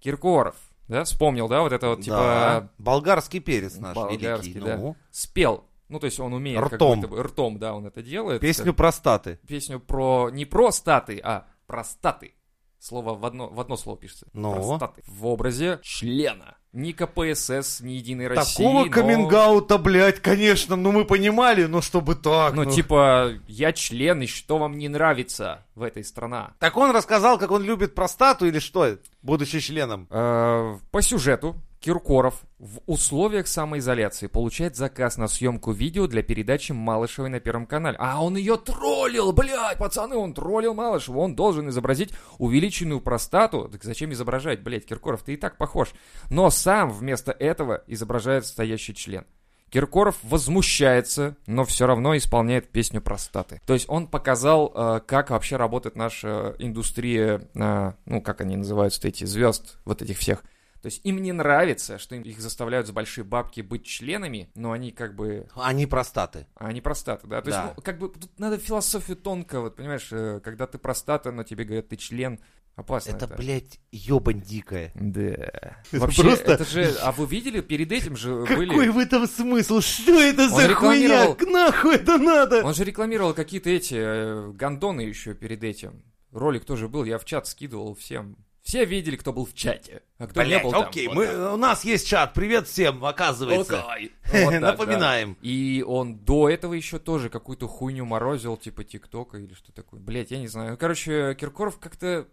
Speaker 2: Киркоров, да, вспомнил, да, вот это вот, типа,
Speaker 5: Да. болгарский перец наш
Speaker 2: болгарский,
Speaker 5: великий.
Speaker 2: да,
Speaker 5: Ну,
Speaker 2: спел. Ну, то есть он умеет как
Speaker 5: Ртом.
Speaker 2: будто бы- ртом, да, он это делает.
Speaker 5: Песню простаты.
Speaker 2: песню про не про статы, а про статы. Слово в одно, в одно слово пишется.
Speaker 5: Ну.
Speaker 2: Простаты. В образе члена. Ни КПСС, ни Единой России.
Speaker 5: Такого
Speaker 2: но-
Speaker 5: каминг-аута, блядь, конечно, ну мы понимали, но чтобы так.
Speaker 2: Ну,
Speaker 5: ну.
Speaker 2: типа, я член, и что вам не нравится в этой стране?
Speaker 5: Так он рассказал, как он любит простату или что, будучи членом?
Speaker 2: Э, По сюжету Киркоров в условиях самоизоляции получает заказ на съемку видео для передачи Малышевой на Первом канале. А он ее троллил, блядь, пацаны, он троллил Малышеву, он должен изобразить увеличенную простату. Так зачем изображать, блядь, Киркоров, ты и так похож. Но сам вместо этого изображает стоящий член. Киркоров возмущается, но все равно исполняет песню простаты. То есть он показал, э, как вообще работает наша индустрия, э, ну, как они называются, эти звезд, вот этих всех. То То есть им не нравится, что им- их заставляют за большие бабки быть членами, но они как бы...
Speaker 5: Они простаты.
Speaker 2: А они простаты, да? То
Speaker 5: Да.
Speaker 2: есть, ну, как бы, тут надо философию тонко, вот, понимаешь, э, когда ты простата, но тебе говорят, ты член, опасно
Speaker 5: Это, блядь, ёбань дикая.
Speaker 2: Да. Вообще,
Speaker 5: просто-
Speaker 2: это же... А вы видели, перед этим же
Speaker 5: Какой
Speaker 2: были...
Speaker 5: в этом смысл? Что это за
Speaker 2: рекламировал-
Speaker 5: хуйня? Нахуй это надо?
Speaker 2: Он же рекламировал какие-то эти э, гондоны еще перед этим. Ролик тоже был, я в чат скидывал всем. Все видели, кто был в чате, а кто
Speaker 5: Блядь,
Speaker 2: не был там.
Speaker 5: окей,
Speaker 2: Вот
Speaker 5: мы-
Speaker 2: так.
Speaker 5: у нас есть чат, привет всем, оказывается.
Speaker 2: Окей. Вот так, да.
Speaker 5: Напоминаем.
Speaker 2: И он до этого еще тоже какую-то хуйню морозил, типа ТикТока или что такое. Блять, я не знаю. Ну, Короче, Киркоров как-то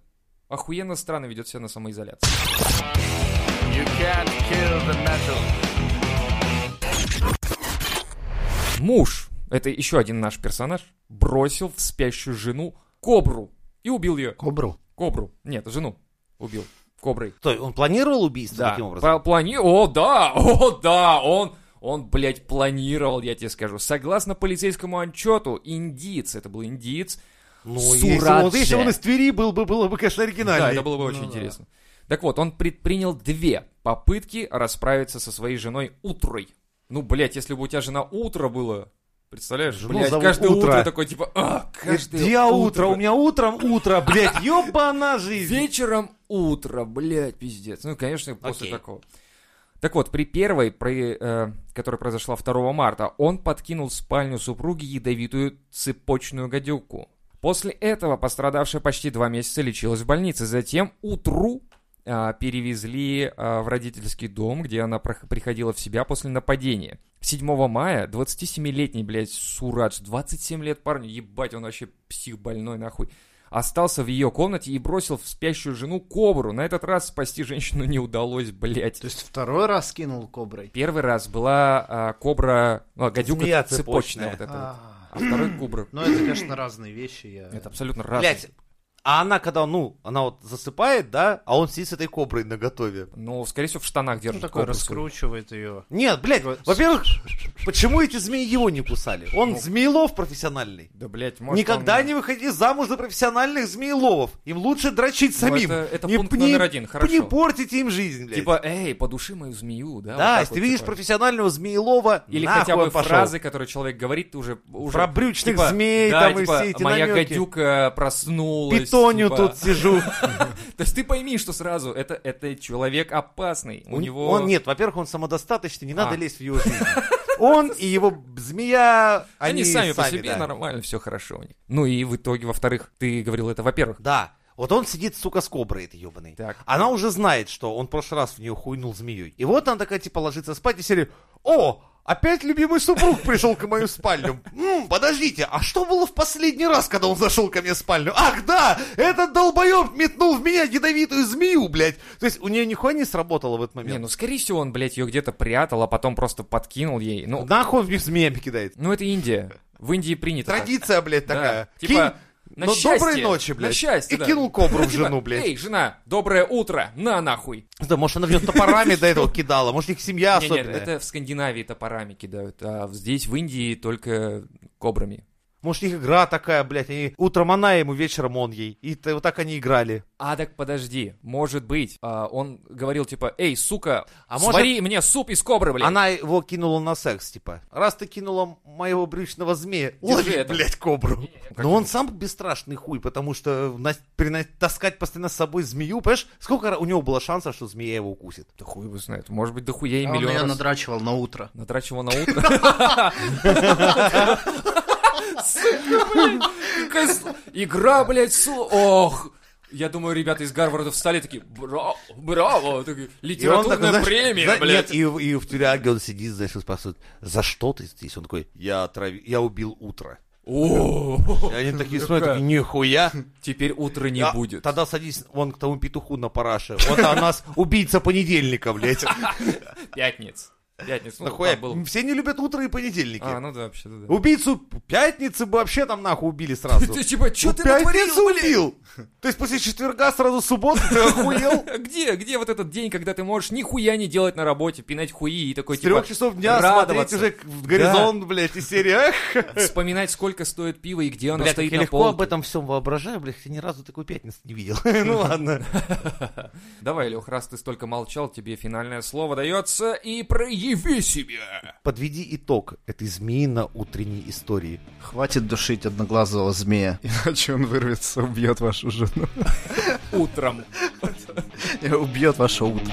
Speaker 2: охуенно странно ведет себя на самоизоляции. Муж, это еще один наш персонаж, бросил в спящую жену кобру и убил ее.
Speaker 1: Кобру.
Speaker 2: Кобру. Нет, жену убил. Коброй.
Speaker 5: Кто, он планировал убийство таким образом?
Speaker 2: Пла- плани- О, да, о, да, он, он, блядь, планировал, я тебе скажу. Согласно полицейскому отчету, индиец, это был индиец.
Speaker 5: Ну,
Speaker 2: Сураджа.
Speaker 5: если он, если он из Твери был бы, было бы, конечно, Ну, оригинально.
Speaker 2: Да, это было бы очень интересно. Так вот, он предпринял две попытки расправиться со своей женой утрой. Ну, блядь, если бы у тебя жена утро было, представляешь,
Speaker 5: Жену
Speaker 2: блядь,
Speaker 5: зовут
Speaker 2: каждое
Speaker 5: утро.
Speaker 2: утро. такой, типа, а, каждое
Speaker 5: Э, Я утро, у меня утром утро, блядь, ёбана жизнь.
Speaker 2: Вечером утро, блядь, пиздец. Ну, конечно, после
Speaker 5: Окей.
Speaker 2: такого. Так вот, при первой, при, э, которая произошла 2 марта, он подкинул в спальню супруги ядовитую цепочную гадюку. После этого пострадавшая почти два месяца лечилась в больнице. Затем утру а, перевезли а, в родительский дом, где она прох- приходила в себя после нападения. 7 мая 27-летний, блядь, Сурадж, 27 лет парню, ебать, он вообще псих больной, нахуй, остался в ее комнате и бросил в спящую жену кобру. На этот раз спасти женщину не удалось, блядь.
Speaker 1: То есть второй раз кинул коброй.
Speaker 2: Первый раз была а, кобра, ну, а, гадюка
Speaker 5: Змея цепочная.
Speaker 2: цепочная, вот эта вот.
Speaker 1: А,
Speaker 2: а второй кобра.
Speaker 1: Ну, это, конечно, разные вещи. Я...
Speaker 2: Это абсолютно разные.
Speaker 5: Блядь, а она когда, ну, она вот засыпает, да, а он сидит с этой коброй наготове.
Speaker 2: Ну, скорее всего, в штанах
Speaker 1: Ну,
Speaker 2: держит
Speaker 1: такой
Speaker 2: кобру свою.
Speaker 1: раскручивает ее.
Speaker 5: Нет, блядь,
Speaker 1: Вот.
Speaker 5: во-первых, почему эти змеи его не кусали?
Speaker 2: Ну.
Speaker 5: Он змеелов профессиональный.
Speaker 2: Да, блядь, может,
Speaker 5: Никогда
Speaker 2: он-
Speaker 5: не выходи замуж за профессиональных змееловов. Им лучше дрочить
Speaker 2: Ну,
Speaker 5: самим.
Speaker 2: это- это
Speaker 5: не,
Speaker 2: пункт
Speaker 5: не-
Speaker 2: номер один, хорошо.
Speaker 5: Не портите им жизнь, блядь.
Speaker 2: Типа, эй, подуши мою змею, да?
Speaker 5: да,
Speaker 2: вот так
Speaker 5: если ты
Speaker 2: вот,
Speaker 5: видишь
Speaker 2: типа.
Speaker 5: профессионального змеелова,
Speaker 2: Или
Speaker 5: нахуй
Speaker 2: хотя бы
Speaker 5: он пошел.
Speaker 2: фразы, которые человек говорит, ты уже... уже
Speaker 5: Про брючных змей
Speaker 2: да,
Speaker 5: там и
Speaker 2: типа,
Speaker 5: все эти
Speaker 2: моя
Speaker 5: намеки.
Speaker 2: гадюка проснулась.
Speaker 5: Питоню
Speaker 2: типа.
Speaker 5: тут сижу.
Speaker 2: То есть ты пойми, что сразу, это, это человек опасный. У,
Speaker 5: Он-
Speaker 2: него...
Speaker 5: Он, нет, во-первых, он самодостаточный, не надо
Speaker 2: А.
Speaker 5: лезть в его жизнь. Он и его б- змея,
Speaker 2: Они, сами, по себе
Speaker 5: да.
Speaker 2: нормально, все хорошо у них. Ну и в итоге, во-вторых, ты говорил это, во-первых,
Speaker 5: Да. Вот он сидит, сука, с коброй этой ебаной.
Speaker 2: Так.
Speaker 5: Она уже знает, что он в прошлый раз в нее хуйнул змеей. И вот она такая, типа, ложится спать и серии «О, опять любимый супруг пришел ко мою спальню. М, подождите, а что было в последний раз, когда он зашел ко мне в спальню? Ах, да, этот долбоеб метнул в меня ядовитую змею, блядь. То есть у нее нихуя не сработало в этот
Speaker 2: Не, ну
Speaker 5: момент.
Speaker 2: скорее всего он, блядь, ее где-то прятал, а потом просто подкинул ей. Ну,
Speaker 5: Нахуй он в неё змеями кидает.
Speaker 2: ну это Индия. В Индии принято. так.
Speaker 5: Традиция, блядь,
Speaker 2: Да.
Speaker 5: такая.
Speaker 2: Типа,
Speaker 5: Кинь-
Speaker 2: на
Speaker 5: но
Speaker 2: счастье,
Speaker 5: доброй ночи,
Speaker 2: на
Speaker 5: блядь.
Speaker 2: счастье,
Speaker 5: и
Speaker 2: да.
Speaker 5: кинул кобру в
Speaker 2: Типа,
Speaker 5: жену, блядь.
Speaker 2: Эй, жена, доброе утро, на нахуй.
Speaker 5: Да, может, она в нее топорами до этого кидала, может, их семья
Speaker 2: Не, нет,
Speaker 5: особенная.
Speaker 2: это в Скандинавии топорами кидают, а здесь в Индии только кобрами.
Speaker 5: Может, их игра такая, блядь, они утром она ему, вечером он ей. И т- вот так они играли.
Speaker 2: А так подожди, может быть, а, он говорил типа, эй, сука,
Speaker 5: А
Speaker 2: свари мне суп из кобры, блядь.
Speaker 5: Она его кинула на секс, типа. Раз ты кинула моего брючного змея,
Speaker 2: Держи
Speaker 5: лови,
Speaker 2: это.
Speaker 5: блядь, кобру. Но он сам бесстрашный хуй, потому что на- прина- таскать постоянно с собой змею, понимаешь, сколько ра- у него было шансов, что змея его укусит?
Speaker 2: Да хуй его знает, может быть, да хуя и
Speaker 1: А он
Speaker 2: миллион
Speaker 1: ее
Speaker 2: раз.
Speaker 1: надрачивал на утро.
Speaker 2: Натрачивал на утро. Сука, блин, какая сл- Игра, блядь, сло- Ох! Я думаю, ребята из Гарварда встали такие, браво, браво, такие,
Speaker 5: И он такой,
Speaker 2: литературная
Speaker 5: знаешь,
Speaker 2: премия,
Speaker 5: за-
Speaker 2: блядь.
Speaker 5: Нет, и, в- и в тюряге он сидит, знаешь, и спрашивает, за что ты здесь? Он такой, я, отрави- я убил утро.
Speaker 2: О,
Speaker 5: И они такие смотрят,
Speaker 2: ну Какая-
Speaker 5: такие, нихуя.
Speaker 2: Теперь утра не
Speaker 5: А,
Speaker 2: будет.
Speaker 5: Тогда садись вон к тому петуху на параше. Вот у нас убийца понедельника, блядь.
Speaker 2: Пятниц. Пятницу. Ну,
Speaker 5: Нахуя?
Speaker 2: там был-
Speaker 5: Все не любят утро и понедельники.
Speaker 2: А, ну да, вообще, да, да.
Speaker 5: Убийцу пятницы бы вообще там нахуй убили сразу.
Speaker 2: Ты типа, что
Speaker 5: Ну,
Speaker 2: ты
Speaker 5: пятницу
Speaker 2: натворил, блин?
Speaker 5: убил? То есть после четверга сразу суббота ты охуел?
Speaker 2: Где, где вот этот день, когда ты можешь нихуя не делать на работе, пинать хуи и такой,
Speaker 5: С трех
Speaker 2: типа,
Speaker 5: часов дня смотреть
Speaker 2: радоваться.
Speaker 5: уже к- в горизонт, блядь, и «А, серия.
Speaker 2: типа, вспоминать, сколько стоит пиво и где оно
Speaker 5: Бля, как
Speaker 2: стоит
Speaker 5: я
Speaker 2: на
Speaker 5: легко
Speaker 2: полке.
Speaker 5: об этом всем воображаю, блядь, я ни разу такую пятницу не видел. Ну ладно.
Speaker 2: Давай, Лех, раз ты столько молчал, тебе финальное слово дается и прояви себя.
Speaker 5: Подведи итог этой змеино-утренней истории.
Speaker 1: Хватит душить одноглазого змея, иначе он вырвется, убьет вашу жену.
Speaker 2: Утром.
Speaker 1: Убьет ваше утро.